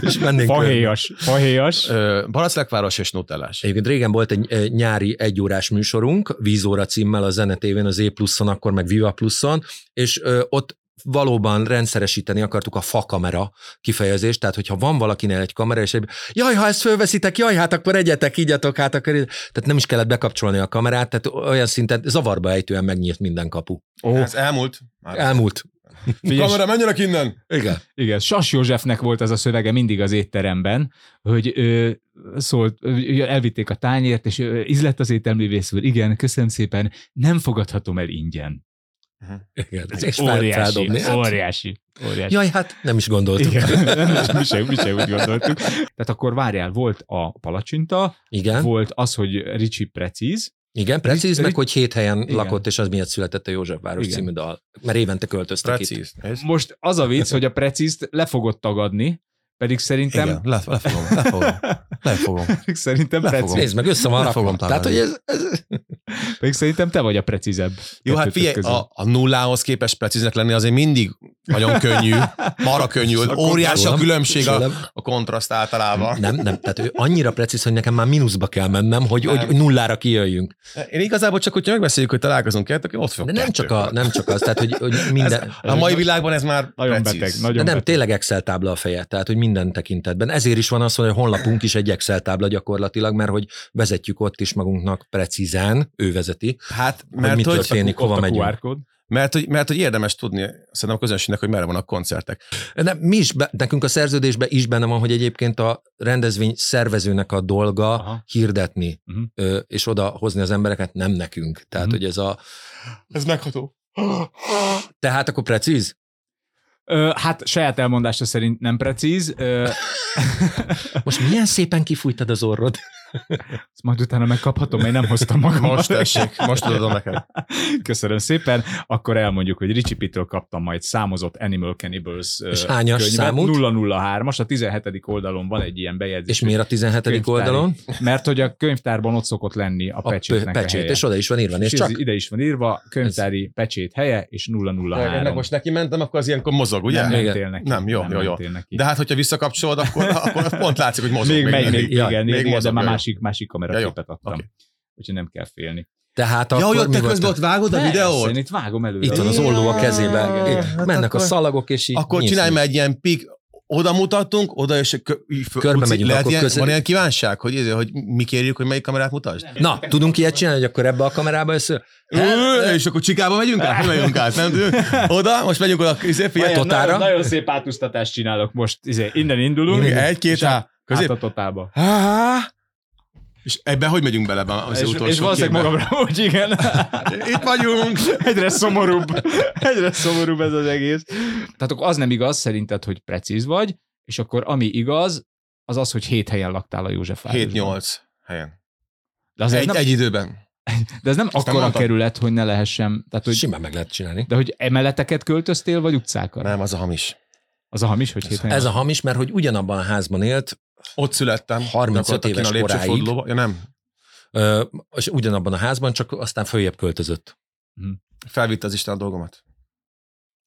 és mennénk. körbe. Fahéjas, fahéjas. Ö, Baraclekváros és Nutellás. Egyébként régen volt egy ö, nyári egyórás műsorunk, Vízóra címmel a zenetévén, az E pluszon, akkor meg Viva pluszon, és ö, ott valóban rendszeresíteni akartuk a fakamera kifejezést, tehát hogyha van valakinél egy kamera, és egy, jaj, ha ezt fölveszitek, jaj, hát akkor egyetek, igyatok, hát akkor... így." Tehát nem is kellett bekapcsolni a kamerát, tehát olyan szinten zavarba ejtően megnyílt minden kapu. Ó, Ez elmúlt. Már. Elmúlt. figyelj, Kamera, menjenek innen! Igen. Igen, Sas Józsefnek volt az a szövege mindig az étteremben, hogy ö, szólt, ö, elvitték a tányért, és ö, ízlett az ételművész úr, igen, köszönöm szépen, nem fogadhatom el ingyen. Igen. És fel- Óriási, feldobni. Hát, óriási, óriási. Jaj, hát nem is gondoltuk. Igen. Igen, nem, mi sem, mi sem úgy gondoltuk. Tehát akkor várjál, volt a palacsinta, Igen, volt az, hogy Ricsi precíz, igen precíz, meg Ric- hogy hét helyen Igen. igen. lakott, és az miatt született a Józsefváros Igen. című dal. Mert évente költöztek itt. Precíz. Ez? most az a vicc, hogy a precízt le fogod tagadni, pedig szerintem, Igen, le, lefogom, lefogom, lefogom. pedig szerintem, Lefogom. precíz, Nézd meg, össze van Le fogom rakva. Tehát, hogy találni. ez, ez pedig szerintem te vagy a precízebb. *laughs* Jó, hát kettőtök figyelj, közül. a, a nullához képest precíznek lenni azért mindig nagyon könnyű, mara könnyű, óriási a különbség a, a kontraszt általában. nem, nem, tehát ő annyira precíz, hogy nekem már mínuszba kell mennem, hogy, Nem. hogy nullára kijöjjünk. Én igazából csak, hogyha megbeszéljük, hogy találkozunk kettők, ott fog De nem csak, a, nem csak az, tehát, hogy, hogy minden... A mai világban ez már Nagyon precíz. beteg, De nagyon nem, beteg. tényleg Excel tábla a feje, tehát hogy minden tekintetben. Ezért is van az, hogy a honlapunk is egy Excel tábla gyakorlatilag, mert hogy vezetjük ott is magunknak precízen, ő vezeti, Hát, mert mert hogy mi hogy, történik, Ott hova a megyünk. QR kód. mert, hogy, mert hogy érdemes tudni szerintem a közönségnek, hogy merre vannak koncertek. Nem, mi is, be, nekünk a szerződésben is benne van, hogy egyébként a rendezvény szervezőnek a dolga Aha. Aha. hirdetni, Mhm. uh-huh. ö, és oda hozni az embereket, nem nekünk. Tehát, Mhm. uh-huh. hogy ez a... Ez megható. Tehát akkor precíz? Ö, hát saját elmondása szerint nem precíz, ö, Most milyen szépen kifújtad az orrod? ezt majd utána megkaphatom, én nem hoztam magam. Most tessék, most tudod neked. Köszönöm szépen. Akkor elmondjuk, hogy Ricsi Pitől kaptam majd számozott Animal Cannibals ö, És hányas számút? 003-as, a 17. oldalon van egy ilyen bejegyzés. És miért a 17. Könyvtári. oldalon? Mert hogy a könyvtárban ott szokott lenni a, A pecsétnek a pecsét, helye. és oda is van írva, és nézd ez csak. ide is van írva, könyvtári pecsét helye és 003. Ennek most neki mentem, akkor az ilyenkor mozog, ugye? nem Nem, Igen. mentél neki. nem jó, nem jó, jó. mentél Neki. De hát, hogyha visszakapcsolod, *laughs* akkor, akkor pont látszik, hogy mozog. Még megy, még, mindig. még, Ja, igen, még, igen, de mozog, már jaj. másik, másik Ja, jó. kameraképet adtam. Oké. Úgyhogy nem kell félni. Tehát Ja, akkor hogy ott mi te volt közben a- ott vágod a Persze, videót? Én itt vágom előre. Itt van az olló a kezébe. Igen, Itt igen. Hát mennek akkor- a szalagok, és így Akkor nyísz, csinálj nyísz. meg egy ilyen pik, oda mutatunk, oda és kö, így föl- Körbe Luci, megyünk, lehet akkor ilyen, közel- Van ilyen kívánság, hogy, izé, hogy mi kérjük, hogy melyik kamerát mutasd? Na, tudunk ilyet csinálni, hogy akkor ebbe a kamerába össze? Ö, És akkor Csikába megyünk át? Nem megyünk át, nem tudjuk. Oda, most megyünk oda, izé, figyelj, Olyan totálra. Nagyon, nagyon szép átúsztatást csinálok most. Izé, innen indulunk. Mindig egy-két és á- át- közép. Át a totálba. És ebben hogy megyünk bele be az És, utolsó és valószínűleg képbe? magamra úgy, *laughs* igen. Itt vagyunk! Egyre szomorúbb. *laughs* Egyre szomorúbb ez az egész. Tehát akkor az nem igaz szerinted, hogy precíz vagy, és akkor ami igaz, az az, hogy hét helyen laktál a Józsefvárosban. 7-8 helyen. De, az Egy, nem, egy időben. de ez nem nem akkora mondtam. kerület, hogy ne lehessen. Tehát, hogy, Simán meg lehet csinálni. de hogy emeleteket költöztél, vagy utcákat? Nem, az a hamis. Az a hamis, hogy hét helyen Ez a hamis, mert hogy ugyanabban a házban élt, Ott születtem. 35 gyakorlatilag kint éves a lépcsőfordulóba. Ja nem, ö, és ugyanabban a házban, csak aztán följebb költözött. felvitte az Isten a dolgomat.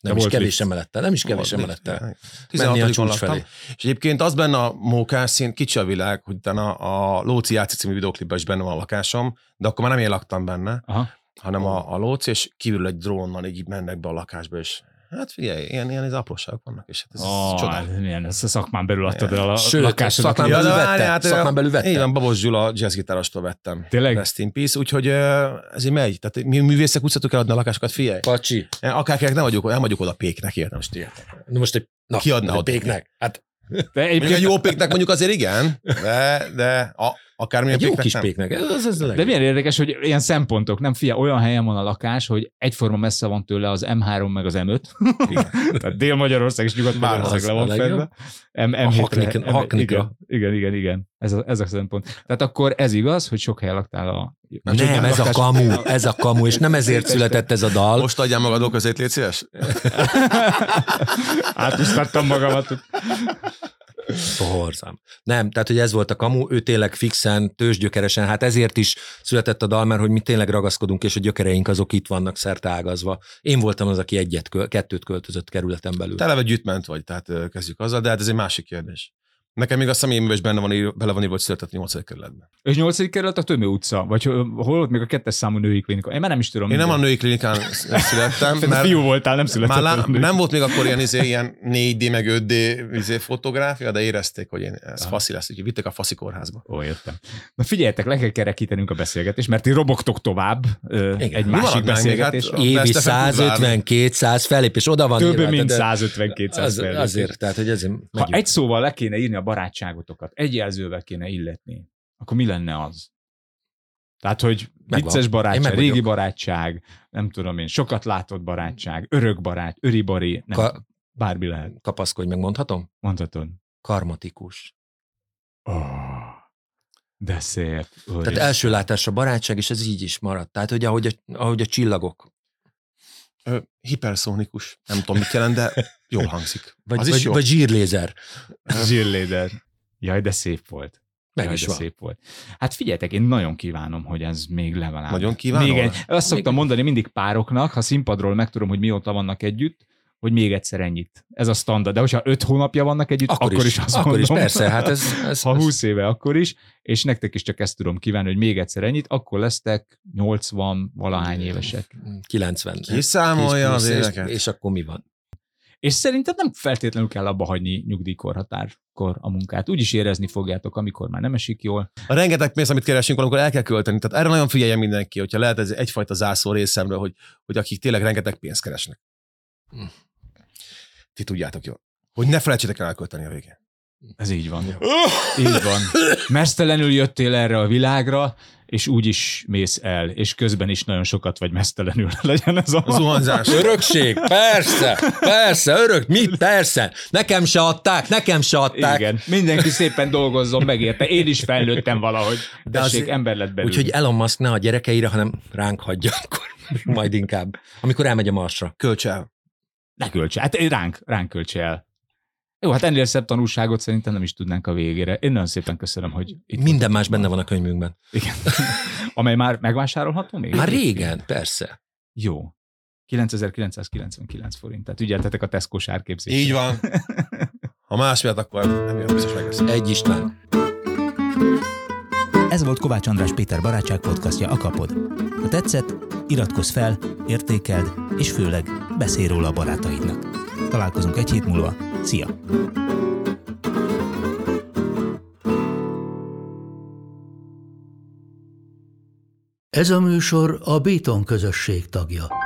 Nem De is volt kevés lift. emelettel, nem is kevés Volt, Hát, emelettel. igen. Menni a 16 csúcs laktam. felé. És egyébként az benne a mókás szint, kicsi a világ, hogy utána a Lóci Jáci című videóklipben is benne van a lakásom, de akkor már nem én laktam benne, Aha. hanem a, a Lóci, és kívül egy drónnal így mennek be a lakásba, és hát figyelj, ilyen, ilyen az apróságok vannak, és hát ez oh, Oh, csodálatos. hát milyen, ezt a szakmán belül adtad el a Sőt, lakásodat. szakmán Ja, de- belül de vette, várjál, hát, szakmán belül vette. Így van, Babos Gyula jazzgitárostól vettem. Tényleg? Rest in peace, úgyhogy ö, ez így megy. Tehát mi művészek úgy szoktuk eladni a lakásokat, figyelj. Pacsi. Akárkinek nem vagyok, nem vagyok oda péknek, értem, most ilyen. Na most egy, na, Ki adná egy oda? péknek? Hát De Még egy egyébként jó péknek mondjuk azért igen, de, de a, akármilyen egy jó péknek kis nem. péknek. Ez, ez, ez a De legjobb. milyen érdekes, hogy ilyen szempontok, nem fia, olyan helyen van a lakás, hogy egyforma messze van tőle az M3 meg az M5. *laughs* Igen. Tehát Dél-Magyarország és Nyugat-Magyarország Az le van a legjobb. fedve. M, M7 hakniken- M- haknikra. Igen, igen, igen. igen. Ez, a, ez a szempont. Tehát akkor ez igaz, hogy sok helyen laktál a... Nem, ez a kamu, ez a kamu, és nem ezért született ez a dal. Most adjál magad oközét, légy szíves. Átusztattam magamat. Borzám. Nem, tehát hogy ez volt a kamu, ő tényleg fixen, tőzsgyökeresen, hát ezért is született a dal, mert hogy mi tényleg ragaszkodunk, és a gyökereink azok itt vannak szerte ágazva. Én voltam az, aki egyet, köl- kettőt költözött kerületen belül. Te eleve gyűjtment vagy, tehát ö, kezdjük azzal, de hát ez egy másik kérdés. Nekem még a személyemben is benne van, ír- bele van írva, hogy született 8. kerületben. És 8. kerület a Tömő utca, vagy ho- hol volt még a kettes számú női klinika? Én már nem is tudom. Én nem a mindjárt. női klinikán sz- születtem, Te mert fiú voltál, nem született. már lá- a női- nem volt még akkor ilyen, izé, ilyen 4D meg 5D izé, fotográfia, de érezték, hogy én, ez faszi lesz, úgyhogy vittek a faszi kórházba. Ó, értem. Na figyeljetek, le kell kerekítenünk a beszélgetést, mert ti robogtok tovább ö, Igen. egy Mi másik maradt már még? Hát beszélgetés. Évi Vesztefen 150-200 felépés, oda van Több mint tehát- 150-200 az, fellépés. Azért, tehát hogy ezért Ha megyünk. egy szóval le kéne írni a barátságotokat, egy jelzővel kéne illetni, akkor mi lenne az? Tehát, hogy Megvan. vicces Én barátság, meg régi vagyok. barátság, nem tudom én, sokat látott barátság, örök barát, öribari, nem, Ka- bármi lehet, kapaszkodj, meg mondhatom? mondhatod. Karmatikus. Oh, de szép. úristen. Tehát első látásra barátság, és ez így is maradt. Tehát, hogy ahogy a, ahogy a csillagok. Ö, hiperszónikus, nem tudom mit jelent, de jól hangzik. Vagy, az is vagy, jó. vagy zsírlézer. Zsirléder. Jaj, de szép volt. Meg Jaj, is de van. szép volt. Hát figyeljetek, én nagyon kívánom, hogy ez még legalább. Nagyon kívánom. Még egy, azt szoktam mondani mindig pároknak, ha színpadról megtudom, hogy mióta vannak együtt, hogy még egyszer ennyit. Ez a standard. De hogyha öt hónapja vannak együtt, akkor, akkor is, azt Akkor mondom. is, persze, *laughs* hát ez... ez ha ez- 20 éve, akkor is, és nektek is csak ezt tudom kívánni, hogy még egyszer ennyit, akkor lesztek 80 Hm, valahány évesek. 90. Ki számolja az és, éveket? és akkor mi van? És szerintem nem feltétlenül kell abba hagyni nyugdíjkorhatárkor a munkát. Úgy is érezni fogjátok, amikor már nem esik jól. A rengeteg pénzt, amit keresünk, amikor el kell költeni. Tehát erre nagyon figyeljen mindenki, hogyha lehet ez egyfajta zászló részemről, hogy, hogy akik tényleg rengeteg pénzt keresnek. Hm. Ti tudjátok jól. Hogy ne felejtsétek el elkölteni a végén. Ez így van. Így van. Mesztelenül jöttél erre a világra, és úgy is mész el, és közben is nagyon sokat vagy mesztelenül *laughs* legyen ez a... A zuhanzás. Örökség, persze, persze, örök, mi, persze. Nekem se adták, nekem se adták. Igen, mindenki szépen dolgozzon megérte. Én is felnőttem valahogy. De Tessék, az- ember lett belőle. Úgyhogy Elon Musk ne a gyerekeire, hanem ránk hagyja *laughs* akkor majd inkább. Amikor elmegy a Marsra. Költs el. Ne költse, hát ránk, ránk költse el. Jó, hát ennél szebb tanulságot szerintem nem is tudnánk a végére. Én nagyon szépen köszönöm, hogy itt Minden más benne van a könyvünkben. *laughs* Igen. Amely már megvásárolható még? Már régen, persze. Jó. 9999 forint. Tehát ügyeltetek a Tesco-s árképzésre. Így van. Ha más miatt, akkor nem jön, biztos megveszem. Egy István. Ez volt Kovács András Péter barátság podcastja Akapod. Ha tetszett, iratkozz fel, értékeld, és főleg beszélj róla a barátaidnak. Találkozunk egy hét múlva. Szia! Ez a műsor a Béton közösség tagja.